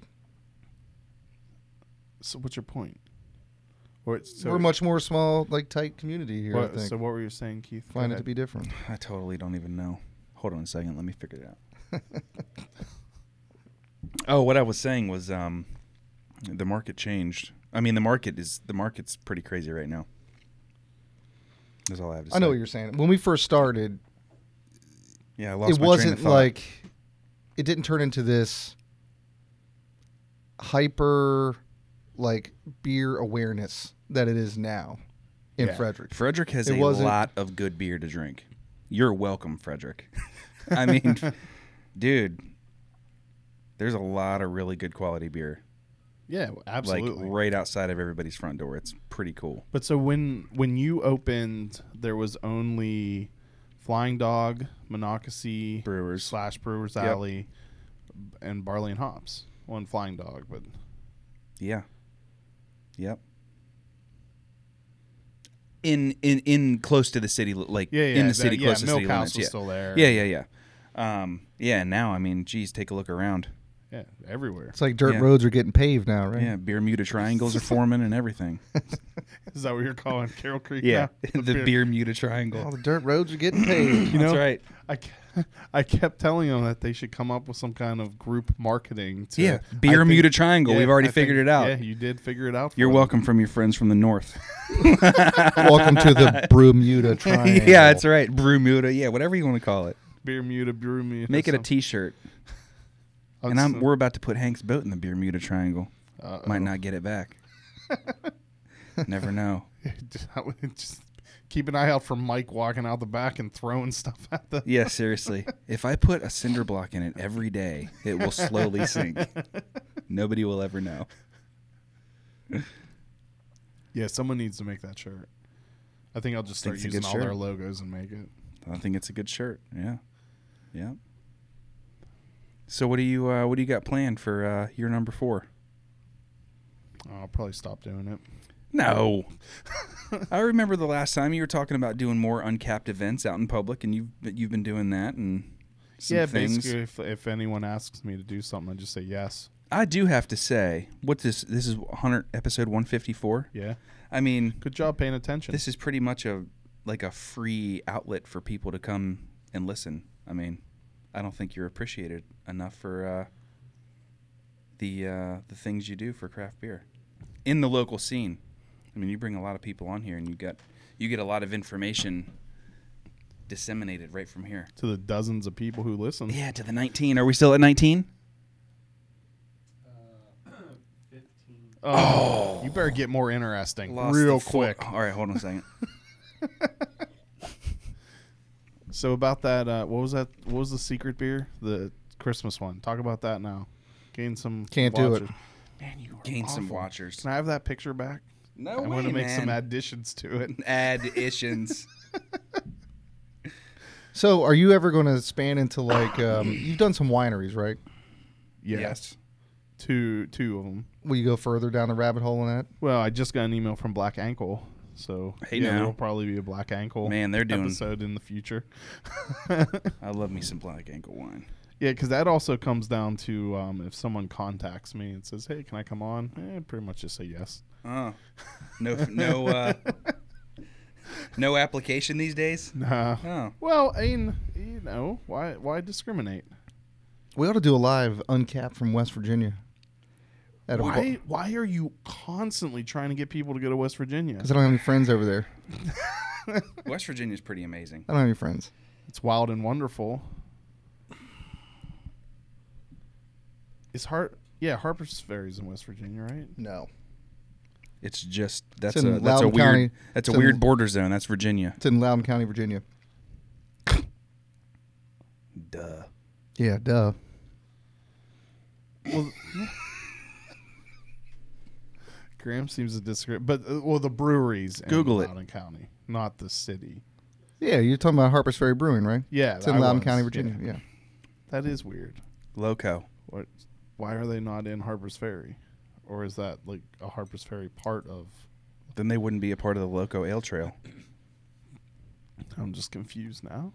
Speaker 1: So, what's your point? Or it's, so,
Speaker 2: We're a much more small, like tight community here. I
Speaker 1: what,
Speaker 2: think.
Speaker 1: so what were you saying, Keith? Go
Speaker 2: Find it to
Speaker 1: ahead.
Speaker 2: be different.
Speaker 3: I totally don't even know. Hold on a second. Let me figure it out. oh, what I was saying was um, the market changed. I mean, the market is the market's pretty crazy right now. That's all I have to say.
Speaker 2: I know what you're saying. When we first started,
Speaker 3: Yeah, I lost
Speaker 2: it
Speaker 3: my train of
Speaker 2: wasn't
Speaker 3: thought.
Speaker 2: like it didn't turn into this hyper like beer awareness that it is now in
Speaker 1: Yeah.
Speaker 2: Frederick.
Speaker 3: Frederick has
Speaker 2: it
Speaker 3: a
Speaker 2: wasn't-
Speaker 3: lot of good beer to drink. You're welcome, Frederick. I mean, dude, there's a lot of really good quality beer,
Speaker 1: Yeah, absolutely.
Speaker 3: like right outside of everybody's front door. It's pretty cool.
Speaker 1: But so when when you opened, there was only Flying Dog, Monocacy
Speaker 3: Brewers.
Speaker 1: slash Brewers
Speaker 3: Yep.
Speaker 1: Alley, and Barley and Hops on Flying Dog. But
Speaker 3: Yeah. Yep. In in in close to the city, li- like
Speaker 1: yeah, yeah,
Speaker 3: in the
Speaker 1: that-
Speaker 3: city,
Speaker 1: yeah,
Speaker 3: close to the
Speaker 1: Milk
Speaker 3: city
Speaker 1: House
Speaker 3: limits.
Speaker 1: was
Speaker 3: yeah.
Speaker 1: still there.
Speaker 3: yeah, yeah, yeah. Um, yeah. and Now, I mean, geez, take a look around.
Speaker 1: yeah, everywhere.
Speaker 2: It's like dirt
Speaker 3: Yeah.
Speaker 2: roads are getting paved now, right?
Speaker 3: Yeah, Bermuda triangles are forming and everything.
Speaker 1: Is that what you're calling Carroll Creek? now?
Speaker 3: the Bermuda
Speaker 2: All
Speaker 3: triangle.
Speaker 2: the dirt roads are getting paved.
Speaker 1: You know,
Speaker 3: That's right.
Speaker 1: I, ke- I kept telling them that they should come up with some kind of group marketing. To,
Speaker 3: Yeah,
Speaker 1: I
Speaker 3: Bermuda
Speaker 1: think-
Speaker 3: triangle.
Speaker 1: yeah,
Speaker 3: We've already
Speaker 1: I think-
Speaker 3: figured it out.
Speaker 1: Yeah, you did figure it out. for
Speaker 3: You're
Speaker 1: them.
Speaker 3: welcome from your friends from the north.
Speaker 2: Welcome to the Bermuda Triangle.
Speaker 3: yeah, that's right. Bermuda. Yeah, whatever you want to call it.
Speaker 1: Bermuda, Bermuda.
Speaker 3: Make it a
Speaker 1: some-
Speaker 3: T-shirt.
Speaker 1: I'll
Speaker 3: and I'm,
Speaker 1: just-
Speaker 3: we're about to put Hank's boat in the Bermuda Triangle.
Speaker 1: Uh-oh.
Speaker 3: Might not get it back. Never know.
Speaker 1: Just- I would just keep an eye out for Mike walking out the back and throwing stuff at the.
Speaker 3: Yeah, seriously. If I put a cinder block in it every day, it will slowly sink. Nobody will ever know.
Speaker 1: Yeah, someone needs to make that shirt. I think I'll just start
Speaker 3: Think it's a
Speaker 1: using
Speaker 3: good
Speaker 1: all
Speaker 3: shirt.
Speaker 1: their logos and make it.
Speaker 3: I think it's a good shirt. Yeah, yeah. So what do you uh, what do you got planned for uh, year number four?
Speaker 1: I'll probably stop doing it.
Speaker 3: No. I remember the last time you were talking about doing more uncapped events out in public, and you've you've been doing that and some
Speaker 1: yeah,
Speaker 3: things.
Speaker 1: basically, if, if anyone asks me to do something, I just say yes.
Speaker 3: I do have to say, what this this is 100 episode 154.
Speaker 1: Yeah.
Speaker 3: I mean,
Speaker 1: Good job paying attention.
Speaker 3: this is pretty much a like a free outlet for people to come and listen. I mean, I don't think you're appreciated enough for uh, the uh, the things you do for craft beer in the local scene. I mean, you bring a lot of people on here, and you get you get a lot of information disseminated right from here.
Speaker 1: to the dozens of people who listen.
Speaker 3: Yeah, to the 19. Are we still at 19?
Speaker 1: Oh, you better get more interesting
Speaker 3: Lost
Speaker 1: real
Speaker 3: the four-
Speaker 1: quick.
Speaker 3: All right, hold on a second.
Speaker 1: So about that, uh, what was that? What was the secret beer? The Christmas one. Talk about that now. Gain some.
Speaker 2: Can't do it.
Speaker 1: watchers. Man, you are
Speaker 3: Gain some
Speaker 1: awful.
Speaker 3: watchers.
Speaker 1: Can I have that picture back?
Speaker 3: No
Speaker 1: I want to make some additions to it.
Speaker 3: additions.
Speaker 2: So, are you ever going to span into like um, you've done some wineries, right?
Speaker 1: Yeah, two two of them.
Speaker 2: Will you go further down the rabbit hole in that?
Speaker 1: Well, I just got an email from Black Ankle, so
Speaker 3: Hey,
Speaker 1: yeah,
Speaker 3: now.
Speaker 1: there'll probably be a Black Ankle
Speaker 3: Man, they're doing-
Speaker 1: episode in the future.
Speaker 3: I love me some black ankle wine.
Speaker 1: Yeah, because that also comes down to um, if someone contacts me and says, "Hey, can I come on?" Eh, pretty much just say yes.
Speaker 3: Oh, no, no, uh, no application these days.
Speaker 1: Nah.
Speaker 3: Oh,
Speaker 1: Well, I mean, you know, why why discriminate?
Speaker 2: We ought to do a live uncapped from West Virginia. At
Speaker 1: Why
Speaker 2: Because
Speaker 1: why are you constantly trying to get people to go to West Virginia?
Speaker 2: I don't have any friends over there.
Speaker 3: West Virginia's pretty amazing.
Speaker 2: I don't have any friends.
Speaker 1: It's wild and wonderful. Is Har yeah Harper's Ferry's in West Virginia, right?
Speaker 2: No,
Speaker 3: It's just that's
Speaker 2: in
Speaker 3: a that's a
Speaker 2: Loudoun
Speaker 3: weird
Speaker 2: County.
Speaker 3: that's a
Speaker 2: It's in-
Speaker 3: weird border zone. That's Virginia.
Speaker 2: it's in Loudoun County, Virginia.
Speaker 3: Duh.
Speaker 2: Yeah, duh.
Speaker 1: Well, Graham seems to disagree, but uh, well, the breweries in
Speaker 3: Google it.
Speaker 1: Loudoun County, not the city.
Speaker 2: Yeah, you're talking about Harper's Ferry Brewing, right?
Speaker 1: Yeah,
Speaker 2: it's in
Speaker 1: I
Speaker 2: Loudoun
Speaker 1: was.
Speaker 2: County,
Speaker 1: Yeah.
Speaker 2: Virginia. Yeah.
Speaker 1: That is weird.
Speaker 3: Loco.
Speaker 1: What? Why are they not in Harper's Ferry, or is that like a Harper's Ferry part of?
Speaker 3: Then they wouldn't be a part of the Loco Ale Trail.
Speaker 1: I'm just confused now.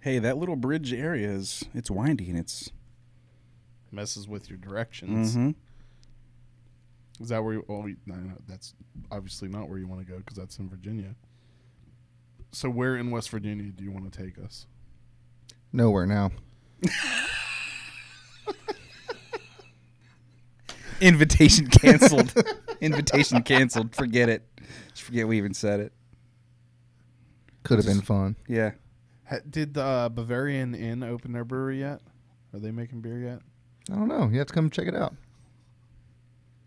Speaker 3: Hey, that little bridge area is it's windy and it's
Speaker 1: Messes with your directions.
Speaker 3: Mhm.
Speaker 1: Is that where? You, well, we, no, no, that's obviously not where you want to go because that's in Virginia. So where in West Virginia do you want to take us?
Speaker 2: Nowhere now.
Speaker 3: invitation canceled. invitation canceled. Forget it. Just forget we even said it.
Speaker 2: Could have been fun.
Speaker 3: Yeah.
Speaker 1: Ha, did the uh, Bavarian Inn open their brewery yet? Are they making beer yet?
Speaker 2: I don't know. You have to come check it out.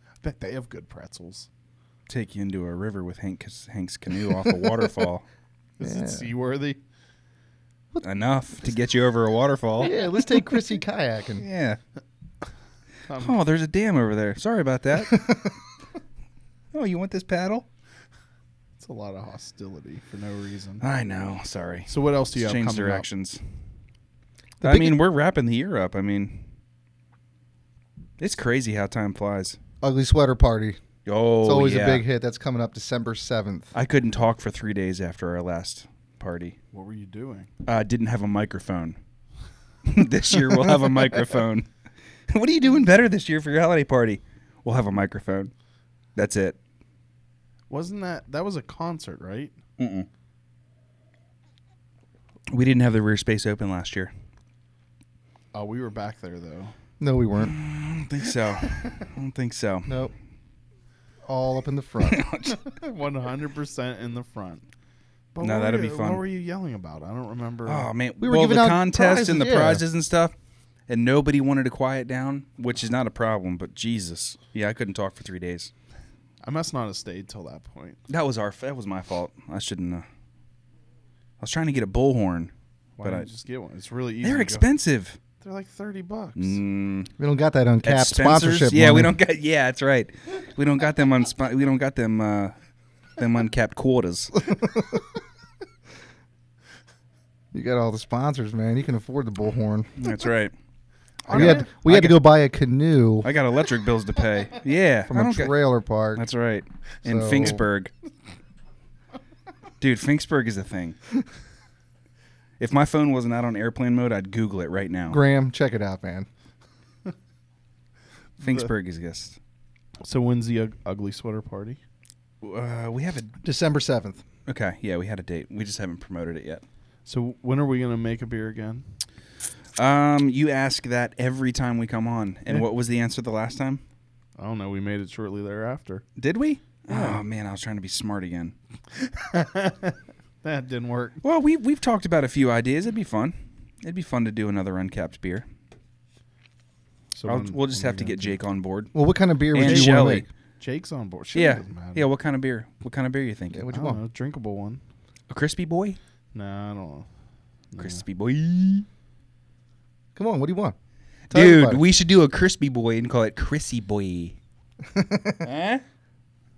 Speaker 1: I bet they have good pretzels.
Speaker 3: Take you into a river with Hank Hank's canoe off a waterfall.
Speaker 1: Is
Speaker 2: Yeah.
Speaker 1: it seaworthy?
Speaker 3: Enough to get you over a waterfall.
Speaker 2: Yeah, let's take Chrissy kayaking.
Speaker 3: Yeah.
Speaker 1: Um,
Speaker 3: Oh, there's a dam over there. Sorry about that. oh, you want this paddle?
Speaker 1: It's a lot of hostility for no reason.
Speaker 3: I know. Sorry.
Speaker 1: So what else do you have
Speaker 3: Change
Speaker 1: coming up?
Speaker 3: directions.
Speaker 2: The
Speaker 3: I
Speaker 2: big-
Speaker 3: mean, we're wrapping the year up. I mean, it's crazy how time flies.
Speaker 2: Ugly sweater party.
Speaker 3: Oh,
Speaker 2: It's always
Speaker 3: yeah.
Speaker 2: a big hit. That's coming up December seventh.
Speaker 3: I couldn't talk for three days after our last party.
Speaker 1: What were you doing?
Speaker 3: I didn't have a microphone. this year we'll have a microphone. what are you doing better this year for your holiday party? We'll have a microphone. That's it.
Speaker 1: Wasn't that that was a concert, right?
Speaker 3: Mm-mm. We didn't have the rear space open last year.
Speaker 1: Oh, we were back there though.
Speaker 2: No, we weren't.
Speaker 3: I don't think so. I don't think so.
Speaker 2: Nope. All up in the front.
Speaker 1: One hundred percent in the front. But
Speaker 3: No,
Speaker 1: what were
Speaker 3: that'll be
Speaker 1: you-
Speaker 3: fun.
Speaker 1: What were you yelling about? I don't remember.
Speaker 3: Oh man,
Speaker 2: We
Speaker 3: we
Speaker 2: were
Speaker 3: were well,
Speaker 2: giving
Speaker 3: the
Speaker 2: out
Speaker 3: contest and the
Speaker 2: prizes, yeah.
Speaker 3: prizes and stuff, and nobody wanted to quiet down, which is not a problem. But Jesus, yeah, I couldn't talk for three days.
Speaker 1: I must not have stayed till that point.
Speaker 3: That was our. That was my fault. I shouldn't. Uh, I was trying to get a bullhorn.
Speaker 1: Why
Speaker 3: But
Speaker 1: didn't
Speaker 3: I-
Speaker 1: you just get one? It's really easy.
Speaker 3: They're
Speaker 1: to go-
Speaker 3: expensive.
Speaker 1: They're like thirty bucks.
Speaker 3: Mm,
Speaker 2: We don't got that
Speaker 3: at
Speaker 2: uncapped
Speaker 3: Spencer's?
Speaker 2: sponsorship.
Speaker 3: Yeah, we
Speaker 2: money.
Speaker 3: don't got. Yeah, that's right. We don't got them on. Spo- we don't got them. Uh, them uncapped quarters.
Speaker 2: You got all the sponsors, man. You can afford the bullhorn.
Speaker 3: That's right.
Speaker 1: I
Speaker 2: we
Speaker 1: got-
Speaker 2: had we had to go buy a canoe
Speaker 3: I got electric bills to pay. Yeah,
Speaker 2: from
Speaker 3: I
Speaker 2: a
Speaker 3: don't got-
Speaker 2: trailer park.
Speaker 3: That's right. In
Speaker 2: So-
Speaker 3: Finksburg. Dude, Finksburg is a thing. If my phone wasn't out on airplane mode, I'd Google it right now.
Speaker 2: Graham, check it out, man.
Speaker 3: Finksburg is just.
Speaker 1: So when's the ug- ugly sweater party?
Speaker 3: Uh, we have a.
Speaker 2: December seventh.
Speaker 3: Okay, yeah, we had a date. We just haven't promoted it yet.
Speaker 1: So when are we gonna make a beer again?
Speaker 3: Um, you ask that every time we come on. And
Speaker 1: Yeah.
Speaker 3: what was the answer the last time?
Speaker 1: I don't know. We made it shortly thereafter.
Speaker 3: Did we? Oh man, I was trying to be smart again.
Speaker 1: That didn't work.
Speaker 3: Well, we we've talked about a few ideas. It'd be fun. It'd be fun to do another uncapped beer.
Speaker 1: So
Speaker 3: I'll,
Speaker 1: when-
Speaker 3: we'll just
Speaker 1: when
Speaker 3: have
Speaker 1: we
Speaker 3: to
Speaker 1: gonna
Speaker 3: get
Speaker 1: do-
Speaker 3: Jake on board.
Speaker 2: Well, what kind of beer would
Speaker 3: And
Speaker 2: you
Speaker 3: Shelley.
Speaker 2: want to make?
Speaker 1: Jake's on board. Shit,
Speaker 3: Yeah,
Speaker 1: doesn't matter.
Speaker 3: yeah. What kind of beer? What kind of beer you thinking?
Speaker 2: Yeah, what
Speaker 1: I
Speaker 2: you
Speaker 1: don't
Speaker 2: want?
Speaker 1: know, drinkable one.
Speaker 3: A crispy boy?
Speaker 1: No, I don't know.
Speaker 3: Crispy boy.
Speaker 2: Come on, what do you want? Tell
Speaker 3: Dude,
Speaker 2: everybody.
Speaker 3: we should do a crispy boy and call it Chrissy boy. Eh?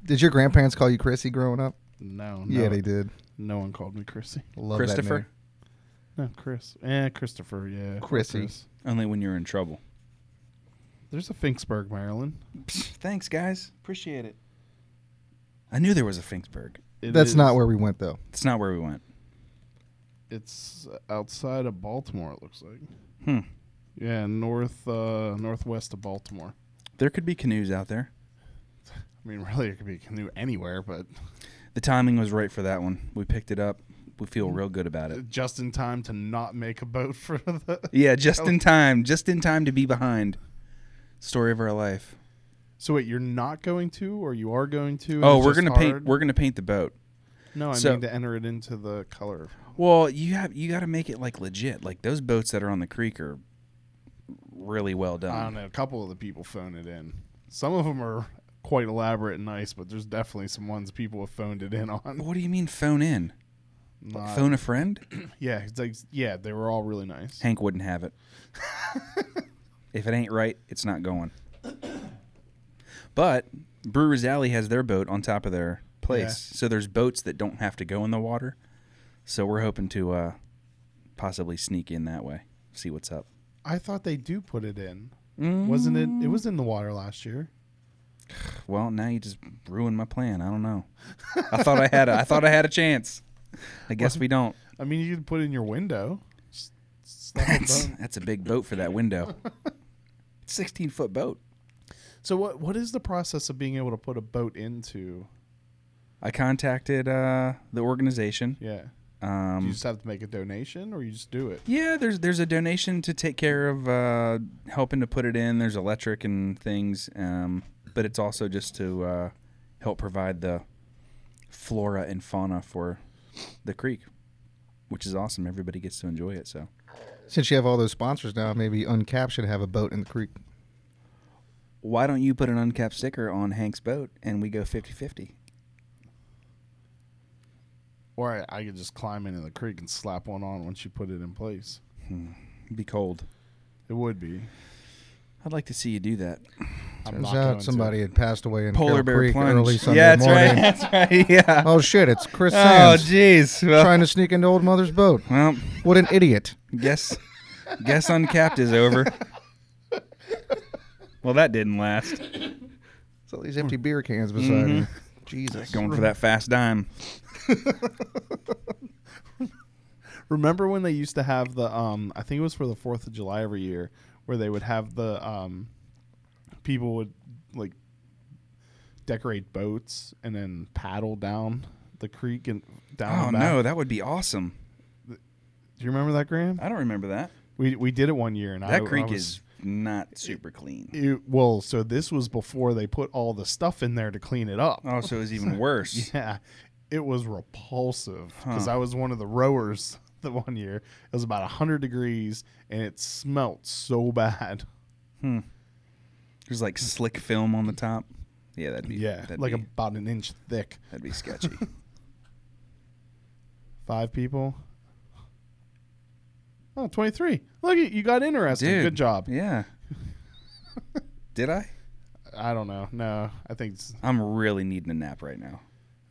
Speaker 2: Did your grandparents call you Chrissy growing up?
Speaker 1: No, no.
Speaker 2: Yeah, they did.
Speaker 1: No one called me Chrissy.
Speaker 2: Love
Speaker 3: Christopher?
Speaker 1: No, Chris. Eh, Christopher, yeah. or
Speaker 2: Chrissy.
Speaker 1: Chris.
Speaker 3: Only when you're in trouble.
Speaker 1: There's a Finksburg, Maryland.
Speaker 3: Thanks, guys. Appreciate it. I knew there was a Finksburg.
Speaker 2: That
Speaker 1: It
Speaker 2: name. That's not
Speaker 1: is-
Speaker 2: where we went though.
Speaker 3: It's not where we went.
Speaker 1: It's outside of Baltimore, it looks like.
Speaker 3: Hmm.
Speaker 1: Yeah, north uh, northwest of Baltimore.
Speaker 3: There could be canoes out there.
Speaker 1: I mean, really, it could be a canoe anywhere, but
Speaker 3: The timing was right for that one. We picked it up. We feel real good about it.
Speaker 1: just in time to not make a boat for the.
Speaker 3: Yeah, just in time. Just in time to be behind. Story of our life.
Speaker 1: So wait, you're not going to, or you are going to? and
Speaker 3: Oh,
Speaker 1: it's
Speaker 3: we're
Speaker 1: just
Speaker 3: gonna paint.
Speaker 1: hard?
Speaker 3: We're gonna paint the boat.
Speaker 1: no, I
Speaker 3: so-
Speaker 1: mean to enter it into the color.
Speaker 3: Well, you have you got to make it like legit. Like those boats that are on the creek are really well done.
Speaker 1: I don't know. A couple of the people phone it in. Some of them are quite elaborate and nice, but there's definitely some ones people have phoned it in on.
Speaker 3: What do you mean phone in?
Speaker 1: Not-
Speaker 3: phone a friend?
Speaker 1: Yeah, it's like, yeah, they were all really nice.
Speaker 3: Hank wouldn't have it. if it ain't right, it's not going. But Brewers Alley has their boat on top of their place, so there's boats that don't have to go in the water. So we're hoping to uh, possibly sneak in that way, see what's up.
Speaker 1: I thought they do put it in. Wasn't it? It was in the water last year.
Speaker 3: Well, now you just ruined my plan. I don't know. I thought I had a, I thought I had a chance. I guess we don't.
Speaker 1: I mean, you could put it in your window. S- slap a
Speaker 3: That's
Speaker 1: bone.
Speaker 3: that's a big boat for that window. Sixteen foot boat.
Speaker 1: So what? What is the process of being able to put a boat into?
Speaker 3: I contacted uh, the organization.
Speaker 1: Yeah,
Speaker 3: Um,
Speaker 1: you just have to make a donation, or you just do it.
Speaker 3: Yeah, there's there's a donation to take care of uh, helping to put it in. There's electric and things, um, but it's also just to uh, help provide the flora and fauna for the creek, which is awesome. Everybody gets to enjoy it. So,
Speaker 2: Since you have all those sponsors now, maybe Uncap should have a boat in the creek.
Speaker 3: why don't you put an uncapped sticker on Hank's boat and we go 50-50?
Speaker 1: Or I, I could just climb into the creek and slap one on once you put it in place.
Speaker 3: It'd Be cold.
Speaker 1: It would be.
Speaker 3: I'd like to see you do that.
Speaker 1: I'm
Speaker 2: Turns
Speaker 1: not going
Speaker 2: out
Speaker 1: to.
Speaker 2: somebody had passed away in
Speaker 3: Polar
Speaker 2: Carroll
Speaker 3: bear
Speaker 2: Creek
Speaker 3: plunge.
Speaker 2: early Sunday
Speaker 3: yeah, that's
Speaker 2: morning.
Speaker 3: right. That's right. Yeah.
Speaker 2: Oh shit! It's Chris
Speaker 3: Oh,
Speaker 2: Sands
Speaker 3: jeez. Well,
Speaker 2: trying to sneak into old mother's boat.
Speaker 3: well,
Speaker 2: What an idiot!
Speaker 3: Guess, guess uncapped is over. Well, that didn't last.
Speaker 2: It's all these empty
Speaker 1: Hmm.
Speaker 2: beer cans beside me.
Speaker 3: Mm-hmm.
Speaker 2: Jesus.
Speaker 3: Going for that fast dime.
Speaker 1: Remember when they used to have the um I think it was for the 4th of July every year where they would have the um people would like decorate boats and then paddle down the creek and down
Speaker 3: Oh
Speaker 1: and back.
Speaker 3: no, that would be awesome.
Speaker 1: Do you remember that Graham?
Speaker 3: I don't remember that.
Speaker 1: We we did it one year and I
Speaker 3: That creek
Speaker 1: I was,
Speaker 3: is not super clean.
Speaker 1: it, well, so this was before they put all the stuff in there to clean it up.
Speaker 3: Oh, so it was even worse.
Speaker 1: Yeah, it was repulsive because I was one of the rowers the one year. It was about 100 degrees and it smelt so bad.
Speaker 3: There's like slick film on the top. Yeah, that'd be
Speaker 1: Yeah,
Speaker 3: that'd
Speaker 1: like
Speaker 3: be,
Speaker 1: about an inch thick.
Speaker 3: that'd be sketchy.
Speaker 1: Five people. Oh, 23. Look, at you got interested.
Speaker 3: Dude,
Speaker 1: Good job.
Speaker 3: Yeah. Did I?
Speaker 1: I don't know. No, I think it's
Speaker 3: I'm really needing a nap right now.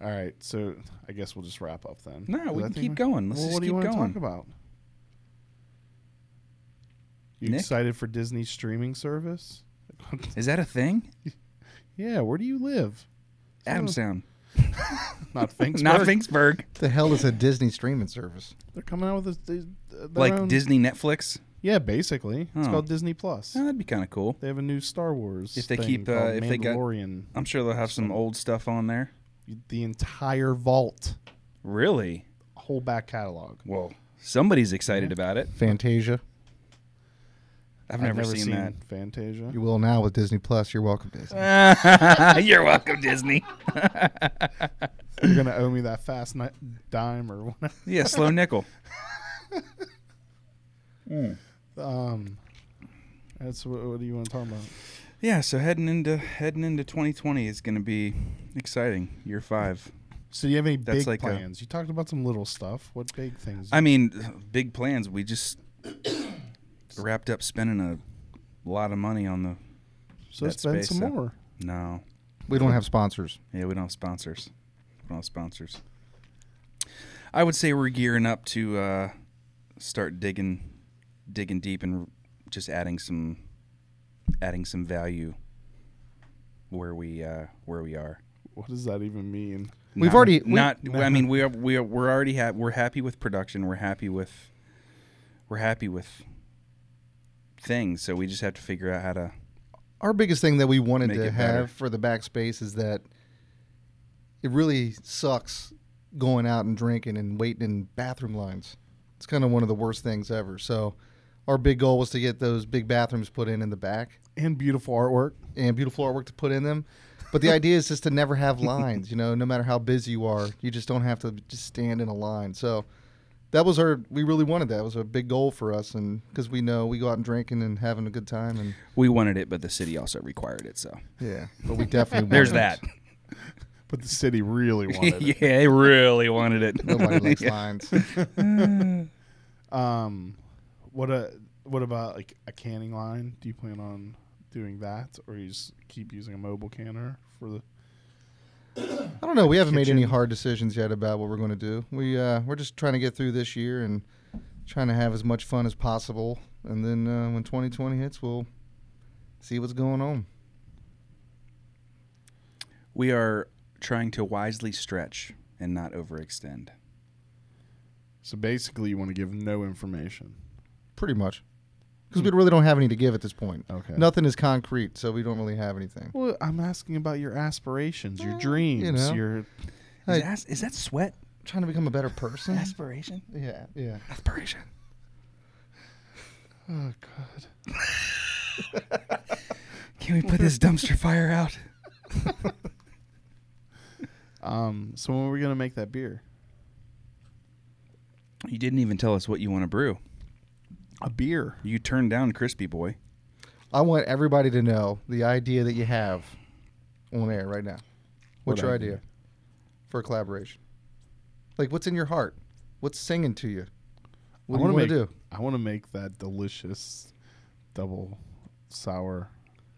Speaker 1: all right. So I guess we'll just wrap up then.
Speaker 3: No, we
Speaker 1: I
Speaker 3: can
Speaker 1: think
Speaker 3: keep going. Let's
Speaker 1: well,
Speaker 3: just
Speaker 1: what do you
Speaker 3: keep
Speaker 1: want to
Speaker 3: going.
Speaker 1: talk about? You
Speaker 3: Nick?
Speaker 1: excited for Disney's streaming service?
Speaker 3: Is that a thing?
Speaker 1: yeah, where do you live?
Speaker 3: Adamstown,
Speaker 1: Not Finksburg.
Speaker 3: not Finksburg.
Speaker 2: the hell is a Disney streaming service?
Speaker 1: They're coming out with a, they- uh, their
Speaker 3: Like
Speaker 1: own-
Speaker 3: Disney Netflix.
Speaker 1: Yeah, basically, it's
Speaker 3: Oh.
Speaker 1: called Disney Plus.
Speaker 3: Oh, that'd be kind of cool.
Speaker 1: They have a new Star Wars.
Speaker 3: If they
Speaker 1: thing
Speaker 3: keep, uh,
Speaker 1: called
Speaker 3: if they got-
Speaker 1: Mandalorian,
Speaker 3: I'm sure they'll have some old stuff on there.
Speaker 1: the entire vault,
Speaker 3: Really?
Speaker 1: whole back catalog.
Speaker 3: Well, somebody's excited about it.
Speaker 2: Fantasia.
Speaker 3: I've never, seen,
Speaker 1: Fantasia.
Speaker 2: You will now with Disney Plus. You're welcome, Disney.
Speaker 3: Uh, that. You're welcome, Disney.
Speaker 1: You're gonna owe me that fast ni- dime or whatever.
Speaker 3: Yeah, slow nickel.
Speaker 1: Um, that's what, what do you want to talk about?
Speaker 3: Yeah, so heading into heading into 2020 is going to be exciting. Year five,
Speaker 1: So do you have any
Speaker 3: That's
Speaker 1: big
Speaker 3: like a-
Speaker 1: plans? you talked about some little stuff. What big things?
Speaker 3: I mean, big plans. We just wrapped up spending a lot of money on the.
Speaker 1: so
Speaker 3: that
Speaker 1: spend some
Speaker 3: space, uh,
Speaker 1: more.
Speaker 3: No,
Speaker 2: We don't have sponsors.
Speaker 3: yeah, we don't have sponsors. We don't have sponsors. I would say we're gearing up to uh, start digging, digging deep, and just adding some, adding some value where we uh, where we are.
Speaker 1: What does that even mean?
Speaker 2: We've
Speaker 3: Not-
Speaker 2: already- we-
Speaker 3: not. I mean, we are, we are, we're already ha- we're happy with production. We're happy with we're happy with things. So we just have to figure out how to.
Speaker 2: Our biggest thing that we wanted
Speaker 3: Make
Speaker 2: to
Speaker 3: it
Speaker 2: have
Speaker 3: better.
Speaker 2: for the backspace is that it really sucks going out and drinking and waiting in bathroom lines. It's kind of one of the worst things ever. So our big goal was to get those big bathrooms put in in the back
Speaker 1: And beautiful artwork.
Speaker 2: and beautiful artwork to put in them. But the idea is just to never have lines, you know, no matter how busy you are, you just don't have to just stand in a line. So that was our, we really wanted that. It was a big goal for us. And because we know we go out and drinking and having a good time. And
Speaker 3: We wanted it, but the city also required it. So
Speaker 2: yeah, but we definitely
Speaker 3: there's
Speaker 2: wanted
Speaker 3: that.
Speaker 2: it.
Speaker 1: But the city really wanted
Speaker 3: yeah, they really wanted it.
Speaker 2: Nobody likes lines.
Speaker 1: it. Um, what a what about like a canning line? Do you plan on doing that, or you just keep using a mobile canner for the?
Speaker 2: I don't know. We haven't made any
Speaker 1: Kitchen.
Speaker 2: hard decisions yet about what we're going to do. We uh, we're just trying to get through this year and trying to have as much fun as possible. And then uh, when 2020 hits, we'll see what's going on.
Speaker 3: we are trying to wisely stretch and not overextend.
Speaker 1: So basically, you want to give no information.
Speaker 2: Pretty much, because we really don't have any to give at this point.
Speaker 1: Okay.
Speaker 2: Nothing is concrete, so we don't really have anything.
Speaker 1: Well, I'm asking about your aspirations, your
Speaker 2: Well,
Speaker 1: dreams,
Speaker 2: you know.
Speaker 1: your
Speaker 2: Hey.
Speaker 3: Is, that, is that sweat?
Speaker 2: trying to become a better person.
Speaker 3: Aspiration.
Speaker 2: yeah, yeah.
Speaker 3: Aspiration.
Speaker 1: oh god.
Speaker 3: Can we put this dumpster fire out?
Speaker 1: Um, so when are we gonna make that beer?
Speaker 3: You didn't even tell us what you want to brew.
Speaker 1: A beer.
Speaker 3: You turned down Crispy Boy.
Speaker 2: I want everybody to know the idea that you have on air right now.
Speaker 1: What
Speaker 2: What's your
Speaker 1: idea?
Speaker 2: idea for a collaboration? Like, what's in your heart? What's singing to you?
Speaker 1: I
Speaker 2: What do you
Speaker 1: wanna
Speaker 2: want to
Speaker 1: make-
Speaker 2: do?
Speaker 1: I want to make that delicious double sour.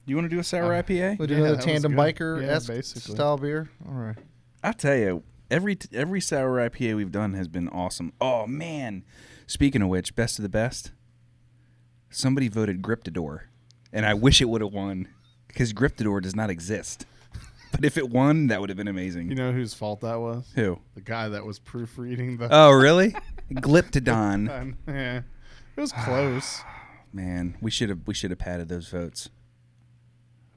Speaker 3: You want to do a sour
Speaker 1: Uh,
Speaker 3: IPA?
Speaker 2: We'll do
Speaker 1: Yeah,
Speaker 2: another
Speaker 1: that was
Speaker 2: tandem
Speaker 1: good.
Speaker 2: biker
Speaker 1: Yeah,
Speaker 2: esque
Speaker 1: basically.
Speaker 2: style beer. All right.
Speaker 3: I'll tell you, every t- every sour IPA we've done has been awesome. Oh man! Speaking of which, best of the best. Somebody voted Griptador, and I wish it would have won because Griptador does not exist. But if it won, that would have been amazing.
Speaker 1: You know whose fault that was?
Speaker 3: Who?
Speaker 1: The guy that was proofreading the.
Speaker 3: Oh really? Gliptodon.
Speaker 1: Um, yeah. It was close.
Speaker 3: Man, we should have we should have padded those votes.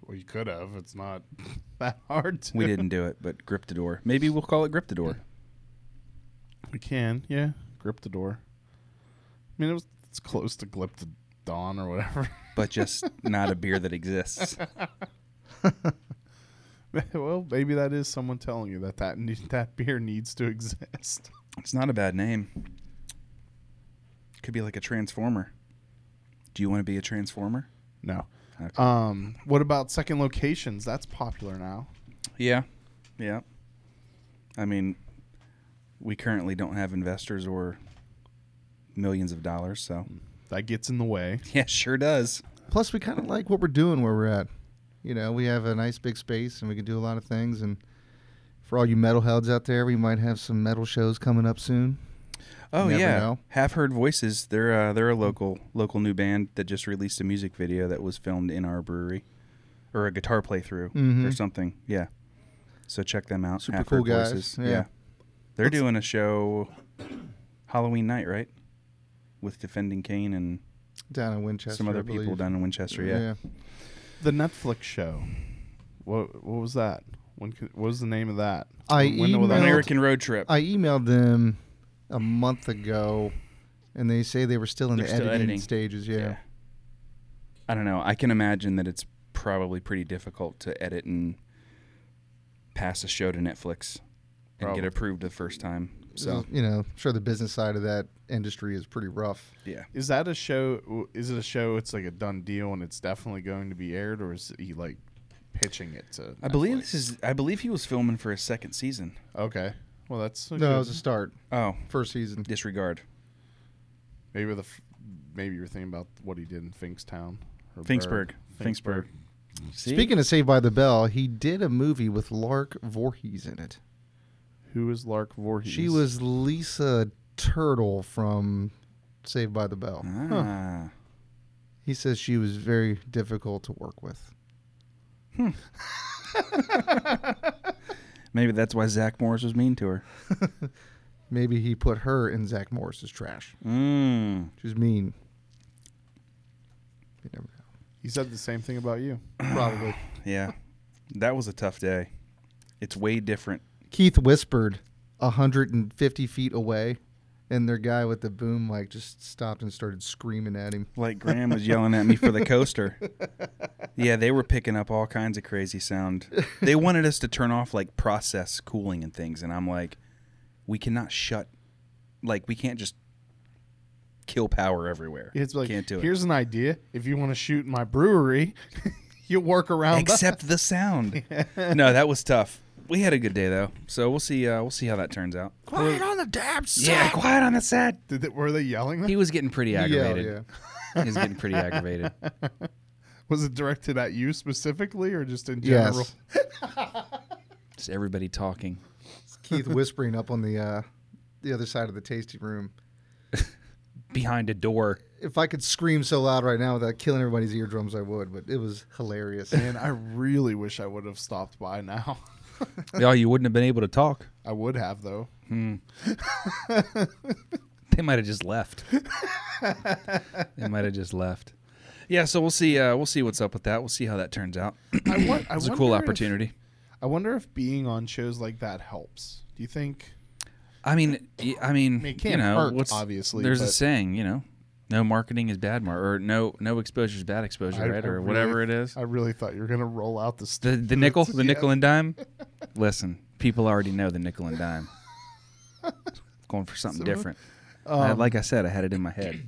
Speaker 1: well, you could have. It's not that hard. To.
Speaker 3: We didn't do it, but Griptador. Maybe we'll call it Griptador.
Speaker 1: We can. Yeah. Grip the door. I mean, it was. It's close to glip the dawn or whatever.
Speaker 3: But just not a beer that exists.
Speaker 1: well, maybe that is someone telling you that that ne- that beer needs to exist.
Speaker 3: It's not a bad name. Could be like a transformer. Do you want to be a transformer?
Speaker 1: No.
Speaker 3: Okay.
Speaker 1: Um. What about second locations? That's popular now.
Speaker 3: Yeah. Yeah. I mean, we currently don't have investors or millions of dollars, so
Speaker 1: That gets in the way.
Speaker 3: yeah, sure does.
Speaker 2: Plus, we kind of like what we're doing where we're at. You know, we have a nice big space and we can do a lot of things. And for all you metalheads out there, we might have some metal shows coming up soon.
Speaker 3: Oh
Speaker 2: Never
Speaker 3: yeah,
Speaker 2: know.
Speaker 3: Have Heard Voices. They're uh, they're a local local new band that just released a music video that was filmed in our brewery, or a guitar
Speaker 2: Mhm.
Speaker 3: playthrough
Speaker 1: Mm-hmm.
Speaker 3: or something. Yeah, so check them out.
Speaker 2: Super
Speaker 3: Half
Speaker 2: cool
Speaker 3: Heard
Speaker 2: guys. Yeah.
Speaker 3: they're
Speaker 2: Let's-
Speaker 3: doing a show Halloween night, right? With Defending Kane and
Speaker 2: Down in Winchester.
Speaker 3: some
Speaker 2: I
Speaker 3: other people
Speaker 2: believe.
Speaker 3: down in Winchester. Yeah.
Speaker 1: The Netflix show. What What was that? When c- What was the name of that?
Speaker 2: I
Speaker 1: When will that-
Speaker 2: emailed-
Speaker 3: American Road Trip.
Speaker 2: I emailed them a month ago, and they say they were still in
Speaker 3: They're
Speaker 2: the
Speaker 3: still
Speaker 2: editing,
Speaker 3: editing.
Speaker 2: stages. Yeah.
Speaker 3: Yeah. I don't know. I can imagine that it's probably pretty difficult to edit and pass a show to Netflix and
Speaker 1: Probably.
Speaker 3: get approved the first time. So
Speaker 2: So you know, I'm sure the business side of that industry is pretty rough.
Speaker 3: yeah,
Speaker 1: Is that a show? w- Is it a show? It's like a done deal, and it's definitely going to be aired, or is he like pitching it to?
Speaker 3: I believe
Speaker 1: Netflix?
Speaker 3: this is. I believe he was filming for a second season.
Speaker 1: Okay. Well, that's a
Speaker 2: No,
Speaker 1: good-
Speaker 2: it was a start.
Speaker 3: Oh,
Speaker 2: First season.
Speaker 3: disregard.
Speaker 1: maybe the f- maybe you're thinking about what he did in Finkstown. or
Speaker 3: Finksburg.
Speaker 1: Berg.
Speaker 3: Finksburg. See?
Speaker 2: Speaking of Saved by the Bell, he did a movie with Lark Voorhees in it.
Speaker 1: Who is Lark Voorhees?
Speaker 2: She was Lisa Turtle from Saved by the Bell.
Speaker 3: Ah.
Speaker 2: He says she was very difficult to work with.
Speaker 3: Maybe that's why Zach Morris was mean to her.
Speaker 2: Maybe he put her in Zach Morris's trash.
Speaker 3: Mm.
Speaker 2: She was mean. You never know.
Speaker 1: He said the same thing about you.
Speaker 2: Probably.
Speaker 3: Yeah. That was a tough day. It's way different.
Speaker 2: Keith whispered 150 feet away, and their guy with the boom like just stopped and started screaming at him.
Speaker 3: Like Graham was yelling at me for the coaster. Yeah, they were picking up all kinds of crazy sound. They wanted us to turn off like process cooling and things, and I'm like, we cannot shut, like we can't just kill power everywhere.
Speaker 1: It's like
Speaker 3: can't do it.
Speaker 1: here's an idea. If you want to shoot in my brewery, you work around that.
Speaker 3: Except the sound. no, that was tough. We had a good day though, so we'll see. Uh, we'll see how that turns out.
Speaker 1: Quiet on the damn
Speaker 3: Yeah, quiet on the set.
Speaker 1: Did they, were they yelling? That?
Speaker 3: He was getting pretty
Speaker 2: He yelled,
Speaker 3: aggravated. he was getting pretty aggravated.
Speaker 1: Was it directed at you specifically, or just in
Speaker 2: Yes.
Speaker 1: general?
Speaker 3: Just everybody talking.
Speaker 2: Keith whispering up on the uh, the other side of the tasting room.
Speaker 3: behind a door.
Speaker 2: If I could scream so loud right now without killing everybody's eardrums, I would. But it was hilarious.
Speaker 1: Man, I really wish I would have stopped by now.
Speaker 3: Oh, you wouldn't have been able to talk.
Speaker 1: I would have though.
Speaker 3: They might have just left. they might have just left. Yeah, so we'll see. Uh, we'll see what's up with that. We'll see how that turns out.
Speaker 1: I want.
Speaker 3: It's a cool opportunity.
Speaker 1: I wonder if being on shows like that helps. Do you think?
Speaker 3: I mean, y- I mean,
Speaker 1: It
Speaker 3: you
Speaker 1: can't
Speaker 3: know,
Speaker 1: hurt,
Speaker 3: what's,
Speaker 1: obviously,
Speaker 3: There's a
Speaker 1: but-
Speaker 3: saying, you know, no marketing is bad mar, or no no exposure is bad exposure,
Speaker 1: I-
Speaker 3: right,
Speaker 1: I
Speaker 3: or
Speaker 1: really-
Speaker 3: whatever it is.
Speaker 1: I really thought you were gonna roll out the st-
Speaker 3: The the nickel, the nickel and dime. Listen, people already know the nickel and dime. Going for something different. I, like I said, I had it in my head.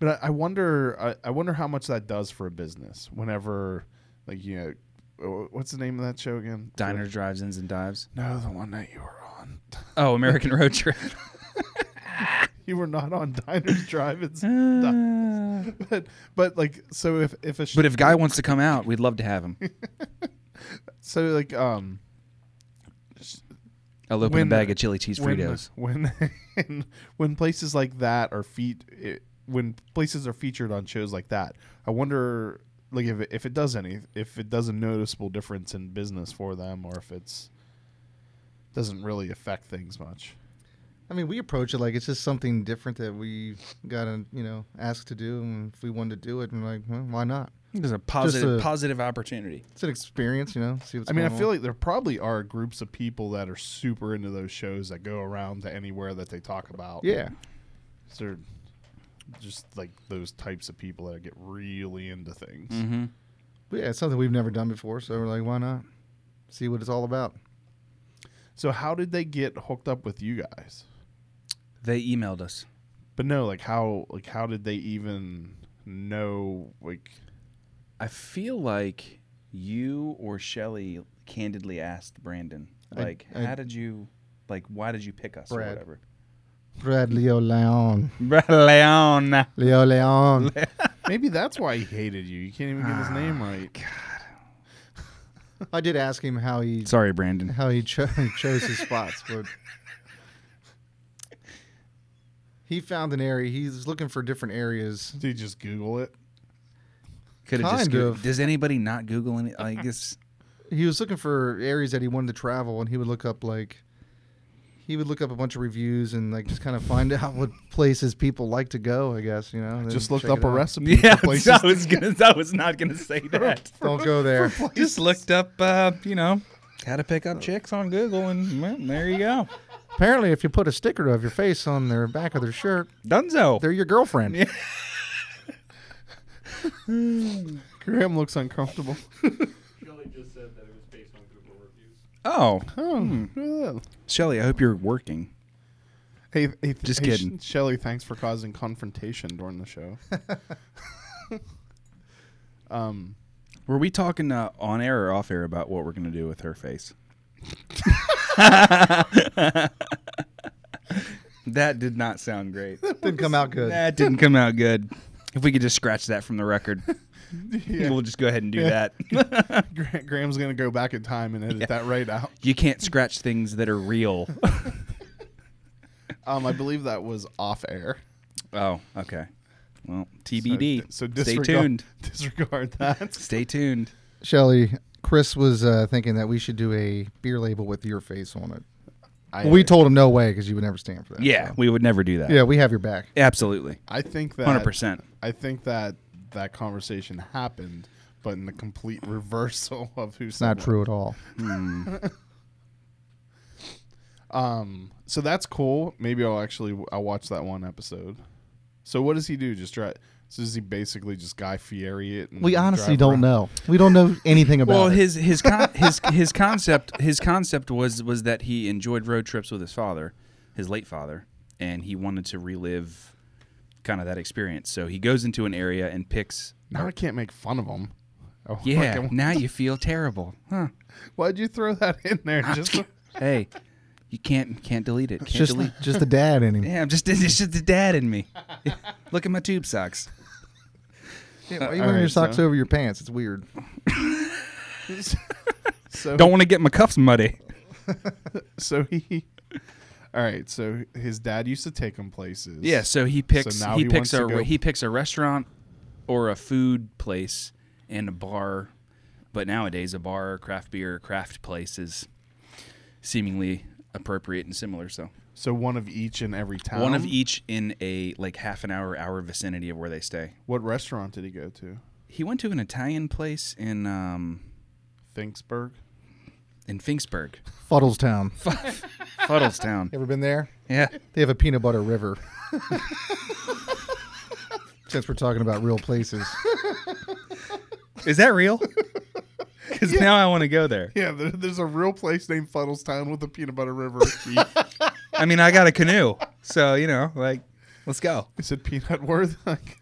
Speaker 1: But I, I wonder. I, I wonder how much that does for a business. Whenever, like you know, uh, wh- what's the name of that show again?
Speaker 3: Diner drives ins and dives.
Speaker 1: No, the one that you were on.
Speaker 3: Oh, American Road Trip.
Speaker 1: you were not on diners, drive-ins.
Speaker 3: Eh. Uh,
Speaker 1: but, but like, so if if a sh-
Speaker 3: but if guy wants to come out, we'd love to have him.
Speaker 1: so like um
Speaker 3: I'll open
Speaker 1: When-
Speaker 3: a bag of chili cheese
Speaker 1: when
Speaker 3: Fritos.
Speaker 1: when when places like that are feet it, when places are featured on shows like that, I wonder like if it, if it does any if it does a noticeable difference in business for them or if it's doesn't really affect things much.
Speaker 2: I mean, we approach it like it's just something different that we got to, you know, ask to do. And if we wanted to do it, and like, well, why not?
Speaker 3: There's a
Speaker 2: positive- a-
Speaker 3: positive opportunity.
Speaker 2: It's an experience, you know. See what's
Speaker 1: I mean, I
Speaker 2: going
Speaker 1: feel
Speaker 2: on.
Speaker 1: like there probably are groups of people that are super into those shows that go around to anywhere that they talk about.
Speaker 2: yeah.
Speaker 1: Is there just like those types of people that get really into things.
Speaker 3: Mm-hmm.
Speaker 2: But yeah, it's something we've never done before, so we're like, why not? See what it's all about.
Speaker 1: So how did they get hooked up with you guys?
Speaker 3: They emailed us.
Speaker 1: But no, like how like how did they even know like
Speaker 3: I feel like you or Shelly candidly asked Brandon,
Speaker 2: I-
Speaker 3: like,
Speaker 2: I-
Speaker 3: how did you, like, why did you pick us or
Speaker 2: Brad.
Speaker 3: whatever?
Speaker 2: Brad Leo Leon.
Speaker 3: Brad Leon.
Speaker 2: Leo Leon.
Speaker 1: maybe that's why he hated you. You can't even get his name right.
Speaker 2: I did ask him how he
Speaker 3: Sorry, Brandon.
Speaker 2: how he, cho- he chose his spots, but he found an area. He's looking for different areas.
Speaker 1: Did you just Google it?
Speaker 3: Could have just.
Speaker 2: Kind
Speaker 3: Go-
Speaker 2: of.
Speaker 3: Does anybody not Google any? Like this?
Speaker 2: He was looking for areas that he wanted to travel, and he would look up like he would look up a bunch of reviews and like just kind of find out what places people like to go. I guess you know. and then
Speaker 1: Just looked
Speaker 2: check
Speaker 1: up
Speaker 2: it
Speaker 1: a
Speaker 2: out.
Speaker 1: recipe.
Speaker 3: Yeah,
Speaker 1: for places.
Speaker 3: I was gonna. I was not gonna say that.
Speaker 2: Don't go there.
Speaker 3: Just looked up, uh, you know, how to pick up chicks on Google, and well, there you go.
Speaker 2: Apparently, if you put a sticker of your face on their back of their shirt,
Speaker 3: Dunzo.
Speaker 2: they're your girlfriend.
Speaker 3: Yeah.
Speaker 1: Graham looks uncomfortable.
Speaker 4: Shelly just said that it was based on Google reviews.
Speaker 3: Oh,
Speaker 1: Oh, look at that.
Speaker 3: Shelly, I hope you're working.
Speaker 1: Hey, hey,
Speaker 3: Just
Speaker 1: hey,
Speaker 3: kidding.
Speaker 1: Sh- Shelly, thanks for causing confrontation during the show. um,
Speaker 3: Were we talking uh, on air or off air about what we're gonna do with her face? That did not sound great.
Speaker 2: Didn't come out good.
Speaker 3: That didn't come out good. If we could just scratch that from the record, we'll just go ahead and do
Speaker 1: Yeah.
Speaker 3: that.
Speaker 1: Gra- Graham's gonna go back in time and edit that right out.
Speaker 3: you can't scratch things that are real.
Speaker 1: Um, I believe that was off air.
Speaker 3: oh, okay. Well, TBD.
Speaker 1: So, so
Speaker 3: stay
Speaker 1: disregard,
Speaker 3: tuned.
Speaker 1: Disregard that.
Speaker 3: Stay tuned.
Speaker 2: Shelly, Chris was uh, thinking that we should do a beer label with your face on it.
Speaker 1: I,
Speaker 2: we told him no way because you would never stand for that.
Speaker 3: Yeah,
Speaker 2: so.
Speaker 3: we would never do that.
Speaker 2: yeah, we have your back.
Speaker 3: absolutely,
Speaker 1: I think that
Speaker 3: hundred percent.
Speaker 1: I think that that conversation happened, but in the complete reversal of who's
Speaker 2: It's not true at all.
Speaker 1: Um, so that's cool. Maybe I'll actually I'll watch that one episode. So what does he do? Just try. So does he basically just Guy Fieri it? And
Speaker 2: We honestly
Speaker 1: drive
Speaker 2: don't
Speaker 1: around?
Speaker 2: know. We don't know anything about
Speaker 3: Well,
Speaker 2: it.
Speaker 3: his his con- his his concept his concept was was that he enjoyed road trips with his father, his late father, and he wanted to relive kind of that experience. So he goes into an area and picks.
Speaker 1: Now I can't make fun of him. Oh,
Speaker 3: Yeah,
Speaker 1: fucking-
Speaker 3: now you feel terrible, huh?
Speaker 1: why'd you throw that in there? Just
Speaker 3: Hey, you can't can't delete it. Can't
Speaker 2: It's just
Speaker 3: delete.
Speaker 2: just the dad in him.
Speaker 3: Yeah, I'm just it's just the dad in me. Look at my tube socks.
Speaker 2: Yeah, why are you
Speaker 1: all
Speaker 2: wearing your
Speaker 1: right,
Speaker 2: socks
Speaker 1: so-
Speaker 2: over your pants? It's weird.
Speaker 1: so
Speaker 3: Don't want to get my cuffs muddy.
Speaker 1: so he. All right, so his dad used to take him places.
Speaker 3: Yeah, so he picks
Speaker 1: now
Speaker 3: he,
Speaker 1: he wants
Speaker 3: picks
Speaker 1: to
Speaker 3: a
Speaker 1: go-
Speaker 3: re- he picks a restaurant or a food place and a bar. But nowadays a bar, craft beer, craft place is seemingly appropriate and similar. So
Speaker 1: So one of each in every town.
Speaker 3: one of each in a like half an hour, hour vicinity of where they stay.
Speaker 1: What restaurant did he go to?
Speaker 3: He went to an Italian place in um
Speaker 1: Finksburg.
Speaker 3: in Finksburg.
Speaker 2: Fuddlestown.
Speaker 3: Fuddlestown.
Speaker 2: Ever been there?
Speaker 3: Yeah.
Speaker 2: They have a peanut butter river. Since we're talking about real places,
Speaker 3: Is that real? Because now I want to go there.
Speaker 1: Yeah, there, there's a real place named Fuddlestown with a peanut butter river.
Speaker 3: I mean, I got a canoe, so you know, like, let's go.
Speaker 1: Is it peanut worth? Like,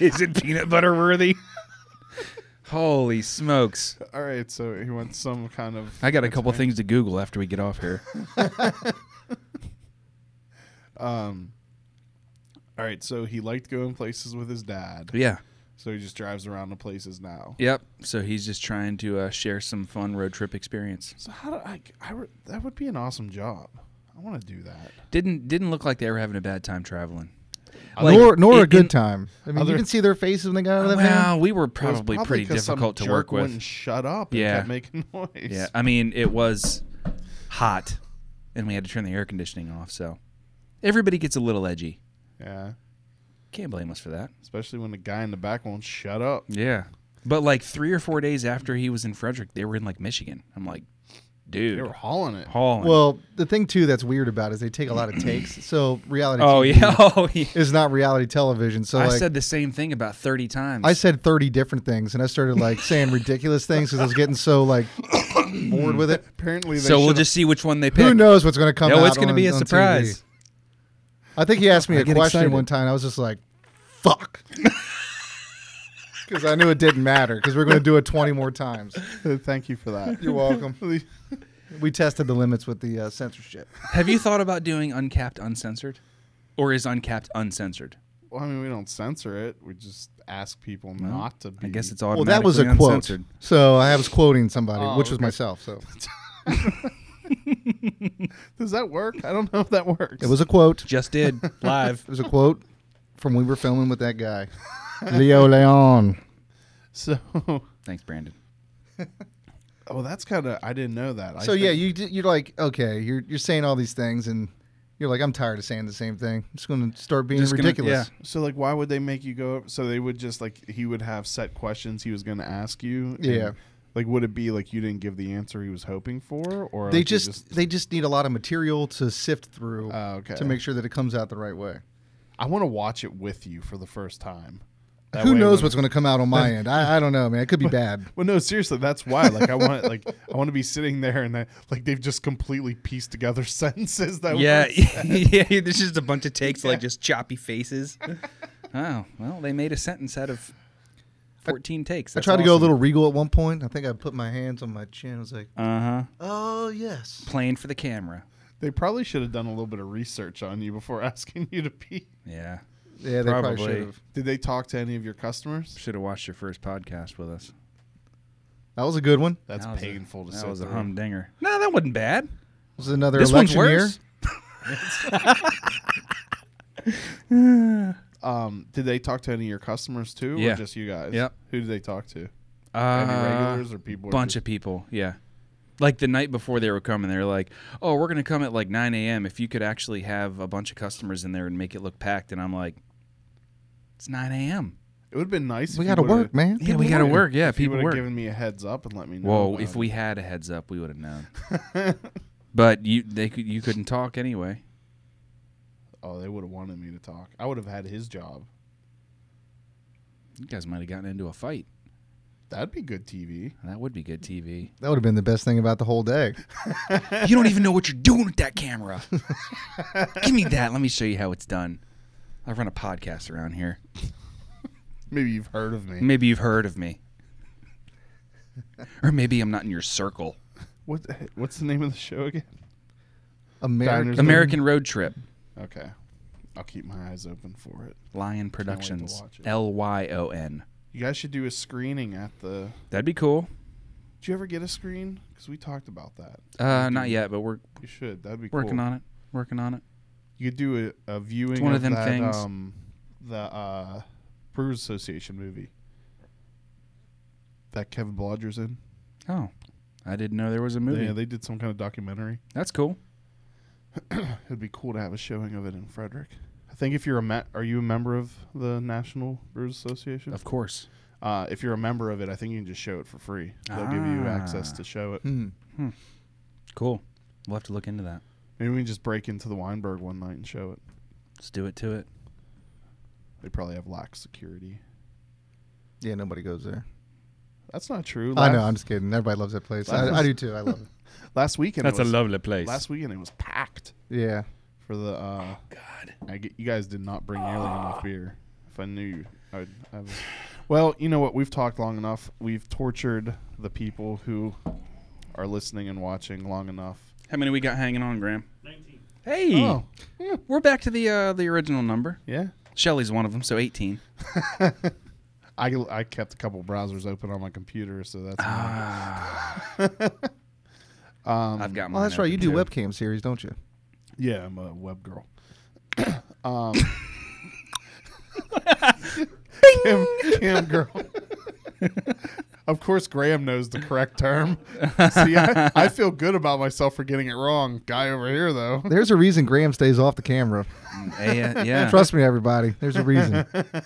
Speaker 3: Is it peanut butter worthy? Holy smokes!
Speaker 1: all right, so he went some kind of.
Speaker 3: I got a couple things to Google after we get off here.
Speaker 1: Um. All right, so he liked going places with his dad,
Speaker 3: yeah.
Speaker 1: so he just drives around to places now.
Speaker 3: Yep. So he's just trying to uh, share some fun road trip experience.
Speaker 1: So how do I? I re- that would be an awesome job. I want to do that.
Speaker 3: Didn't didn't look like they were having a bad time traveling.
Speaker 2: nor nor a
Speaker 3: in-
Speaker 2: good
Speaker 3: in-
Speaker 2: time. I mean,
Speaker 1: Other-
Speaker 2: you can see their faces when they got out of the van.
Speaker 3: Well, we were
Speaker 1: It was
Speaker 3: probably, pretty
Speaker 1: 'cause some
Speaker 3: difficult to
Speaker 1: jerk
Speaker 3: work with.
Speaker 1: Wouldn't shut up. And
Speaker 3: Yeah.
Speaker 1: kept making noise.
Speaker 3: Yeah. I mean, it was hot, and we had to turn the air conditioning off. So everybody gets a little edgy.
Speaker 1: Yeah.
Speaker 3: Can't blame us for that.
Speaker 1: Especially when the guy in the back won't shut up.
Speaker 3: Yeah. But like three or four days after he was in Frederick, they were in like Michigan. I'm like,
Speaker 1: They
Speaker 3: dude,
Speaker 1: were hauling it.
Speaker 3: Holland.
Speaker 2: Well, the thing too that's weird about it is they take a lot of takes. So reality.
Speaker 3: oh
Speaker 2: TV
Speaker 3: yeah, oh yeah.
Speaker 2: Is not reality television. So
Speaker 3: I
Speaker 2: like,
Speaker 3: said the same thing about 30 times.
Speaker 2: I said 30 different things and I started like saying ridiculous things because I was getting so like bored with it.
Speaker 1: Apparently, they
Speaker 3: so we'll
Speaker 1: should've-
Speaker 3: just see which one they pick.
Speaker 2: Who knows what's going to come
Speaker 3: No,
Speaker 2: out?
Speaker 3: it's going to
Speaker 2: on-
Speaker 3: be a
Speaker 2: on TV.
Speaker 3: surprise.
Speaker 2: I think he asked me
Speaker 3: I
Speaker 2: a
Speaker 3: get
Speaker 2: question
Speaker 3: excited.
Speaker 2: one time. I was just like, fuck. Because I knew it didn't matter because we're going to do it 20 more times.
Speaker 1: Thank you for that.
Speaker 2: You're welcome. We tested the limits with the uh, censorship.
Speaker 3: Have you thought about doing uncapped uncensored, or is uncapped uncensored?
Speaker 1: Well, I mean, we don't censor it. We just ask people not to be.
Speaker 3: I guess it's
Speaker 2: Well,
Speaker 3: automatically
Speaker 2: that was a quote.
Speaker 3: uncensored.
Speaker 2: So I was quoting somebody,
Speaker 1: Oh,
Speaker 2: which was
Speaker 1: okay.
Speaker 2: myself. So
Speaker 1: Does that work? I don't know if that works.
Speaker 2: it was a quote.
Speaker 3: Just did live.
Speaker 2: It was a quote from we were filming with that guy, Leo Leon.
Speaker 1: so.
Speaker 3: Thanks, Brandon.
Speaker 1: Oh, that's kind of. I didn't know that. I
Speaker 2: So yeah,
Speaker 1: think-
Speaker 2: you d- you're like okay, you're you're saying all these things, and you're like I'm tired of saying the same thing. I'm just going to start being
Speaker 3: Just gonna-
Speaker 2: ridiculous.
Speaker 1: So like, why would they make you go? So they would just like he would have set questions he was going to ask you. and,
Speaker 2: Yeah.
Speaker 1: Like, would it be like you didn't give the answer he was hoping for, or like,
Speaker 2: They
Speaker 1: you
Speaker 2: just, they just need a lot of material to sift through
Speaker 1: Oh, okay.
Speaker 2: to make sure that it comes out the right way.
Speaker 1: I want to watch it with you for the first time. That
Speaker 2: Who
Speaker 1: way
Speaker 2: knows
Speaker 1: when-
Speaker 2: what's going to come out on my end? I, I don't know, man. It could be bad.
Speaker 1: Well, no, seriously, that's why. Like, I want like I want to be sitting there and that like they've just completely pieced together sentences that.
Speaker 3: Yeah,
Speaker 1: were-
Speaker 3: yeah. There's just a bunch of takes, like just choppy faces. oh well, they made a sentence out of 14 takes.
Speaker 2: I tried to go a little regal at one point. I think I put my hands on my chin. I was like,
Speaker 3: Uh huh.
Speaker 2: oh yes.
Speaker 3: Playing for the camera.
Speaker 1: They probably should have done a little bit of research on you before asking you to be.
Speaker 3: Yeah.
Speaker 2: Yeah, they probably,
Speaker 3: Probably.
Speaker 2: should have.
Speaker 1: Did they talk to any of your customers?
Speaker 3: Should have watched your first podcast with us.
Speaker 2: That was a good one.
Speaker 1: That's
Speaker 3: That was a-
Speaker 1: painful to
Speaker 3: that
Speaker 1: say.
Speaker 3: was a humdinger. No, that wasn't bad.
Speaker 2: This is another
Speaker 3: this one's
Speaker 2: election year.
Speaker 3: worse.
Speaker 1: Um, did they talk to any of your customers too, or
Speaker 3: Yeah.
Speaker 1: just you guys?
Speaker 3: Yep.
Speaker 1: Who did they talk to? Any
Speaker 3: Uh,
Speaker 1: regulars or people?
Speaker 3: bunch of people. Yeah. Like the night before they were coming, they were like, "Oh, we're gonna come at like 9 a.m. If you could actually have a bunch of customers in there and make it look packed," and I'm like, "It's 9 a.m.
Speaker 1: It would have been nice.
Speaker 2: We
Speaker 1: if
Speaker 2: got
Speaker 1: you
Speaker 2: to
Speaker 1: would've-
Speaker 2: work, man.
Speaker 3: Yeah, we gotta work. Yeah,
Speaker 1: If you
Speaker 3: people
Speaker 1: would have
Speaker 3: work.
Speaker 1: given me a heads up and let me know.
Speaker 3: Whoa,
Speaker 1: about
Speaker 3: if
Speaker 1: it.
Speaker 3: we had a heads up, we would have known. but you, they could, you couldn't talk anyway.
Speaker 1: Oh, they would have wanted me to talk. I would have had his job.
Speaker 3: You guys might have gotten into a fight.
Speaker 1: That'd be good TV.
Speaker 3: That would be good TV.
Speaker 2: That would have been the best thing about the whole day.
Speaker 3: you don't even know what you're doing with that camera. Give me that. Let me show you how it's done. I run a podcast around here.
Speaker 1: Maybe you've heard of me.
Speaker 3: Maybe you've heard of me. or maybe I'm not in your circle.
Speaker 1: What? What's the name of the show again? Diners-
Speaker 2: American.
Speaker 3: American Road Trip,
Speaker 1: Okay, I'll keep my eyes open for it.
Speaker 3: Lion Productions,
Speaker 1: watch it.
Speaker 3: L Y O N.
Speaker 1: You guys should do a screening at the.
Speaker 3: That'd be cool.
Speaker 1: Did you ever get a screen? Because we talked about that.
Speaker 3: Uh, not yet, but we're
Speaker 1: You should. That'd be
Speaker 3: working
Speaker 1: cool.
Speaker 3: on it. Working on it.
Speaker 1: You could do a, a viewing
Speaker 3: It's one of them
Speaker 1: that,
Speaker 3: things.
Speaker 1: Um, the uh, Brewers Association movie that Kevin Blodger's in.
Speaker 3: Oh, I didn't know there was a movie.
Speaker 1: Yeah, they did some kind of documentary.
Speaker 3: That's cool.
Speaker 1: It'd be cool to have a showing of it in Frederick. I think if you're a me- are you a member of the National Brewers Association?
Speaker 3: Of course.
Speaker 1: Uh, if you're a member of it, I think you can just show it for free. They'll give you access
Speaker 3: Ah.
Speaker 1: to show it.
Speaker 2: Hmm.
Speaker 3: Cool. We'll have to look into that.
Speaker 1: Maybe we can just break into the Weinberg one night and show it.
Speaker 3: Let's do it to it.
Speaker 1: They probably have lax security.
Speaker 2: Yeah, nobody goes there.
Speaker 1: That's not true.
Speaker 2: I
Speaker 1: Last,
Speaker 2: know. I'm just kidding. Everybody loves that place.
Speaker 1: Last-
Speaker 2: I, I do too. I love it.
Speaker 1: last weekend. it was-
Speaker 3: lovely place.
Speaker 1: Last weekend it was packed
Speaker 2: Yeah.
Speaker 1: for the. Uh,
Speaker 3: God.
Speaker 1: I get, you guys did not bring nearly enough beer. If I knew you, I would. I would. Well, you know what? We've talked long enough. We've tortured the people who are listening and watching long enough.
Speaker 3: How many we got hanging on, Graham?
Speaker 4: 19.
Speaker 3: Hey,
Speaker 1: Oh, yeah.
Speaker 3: we're back to the uh, the original number.
Speaker 1: yeah.
Speaker 3: Shelly's one of them, so 18.
Speaker 1: I, I kept a couple browsers open on my computer, so that's.
Speaker 3: Ah, um, I've got.
Speaker 2: Ah. Well, that's
Speaker 3: mine
Speaker 2: right. You do
Speaker 3: open, too.
Speaker 2: webcam series, don't you?
Speaker 1: Yeah, I'm a web girl. um, cam, cam girl. of course, Graham knows the correct term. See, I, I feel good about myself for getting it wrong. Guy over here, though.
Speaker 2: There's a reason Graham stays off the camera.
Speaker 3: A- uh, yeah.
Speaker 2: Trust me, everybody. There's a reason. I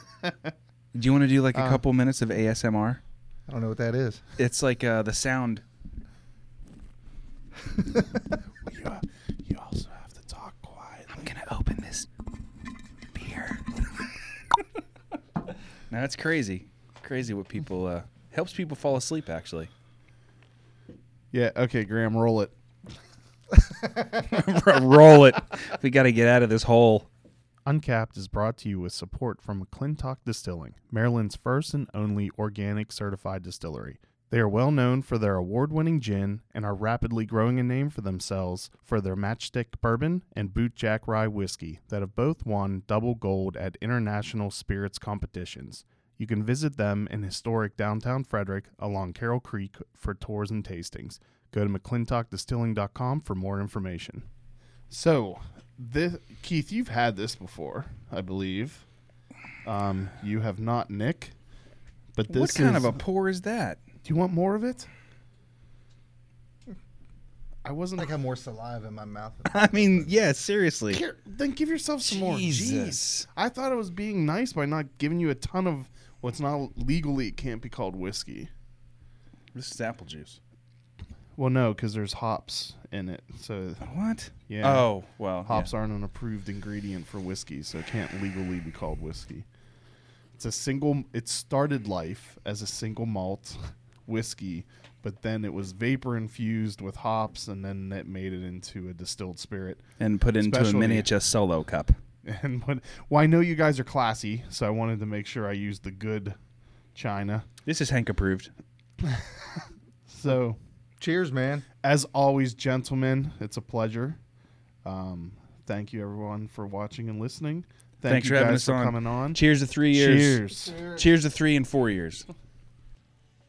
Speaker 3: Do you want to do
Speaker 2: Uh.
Speaker 3: like a couple minutes of ASMR?
Speaker 2: don't know what that is.
Speaker 3: It's like uh, the sound.
Speaker 1: You, uh, you also have to talk quiet.
Speaker 3: I'm gonna open this beer. now that's crazy. Crazy what people uh, helps people fall asleep. Actually,
Speaker 1: Yeah. Okay, Graham, roll it.
Speaker 3: roll it. We got to get out of this hole.
Speaker 1: Uncapped is brought to you with support from McClintock Distilling, Maryland's first and only organic certified distillery. They are well known for their award winning gin and are rapidly growing a name for themselves for their matchstick bourbon and bootjack rye whiskey that have both won double gold at international spirits competitions. You can visit them in historic downtown Frederick along Carroll Creek for tours and tastings. Go to mcclintockdistilling.com for more information. So, this Keith, you've had this before, I believe. Um, you have not, Nick. But this
Speaker 3: what kind
Speaker 1: is,
Speaker 3: of a pour is that?
Speaker 1: Do you want more of it? I wasn't.
Speaker 2: I have more saliva in my mouth.
Speaker 3: I mean, yeah, seriously.
Speaker 1: Ah, Here, then give yourself some more.
Speaker 3: Jesus.
Speaker 1: Jeez. I thought I was being nice by not giving you a ton of what's not legally it can't be called whiskey.
Speaker 3: This is apple juice.
Speaker 1: Well, no, because there's hops in it. So
Speaker 3: What?
Speaker 1: Yeah.
Speaker 3: Oh, well.
Speaker 1: hops
Speaker 3: yeah.
Speaker 1: aren't an approved ingredient for whiskey, so it can't legally be called whiskey. It's a single. It started life as a single malt whiskey, but then it was vapor infused with hops, and then that made it into a distilled spirit.
Speaker 3: And put into
Speaker 1: Especially-
Speaker 3: a miniature solo cup.
Speaker 1: And when, well, I know you guys are classy, so I wanted to make sure I used the good china.
Speaker 3: This is Hank approved.
Speaker 1: So,
Speaker 2: Cheers, man.
Speaker 1: as always, gentlemen, it's a pleasure. Um, thank you everyone for watching and listening. Thank
Speaker 3: Thanks
Speaker 1: you
Speaker 3: for having
Speaker 1: guys
Speaker 3: us
Speaker 1: for
Speaker 3: on.
Speaker 1: coming on.
Speaker 3: Cheers to three years.
Speaker 1: Cheers.
Speaker 3: Cheers to three and four years.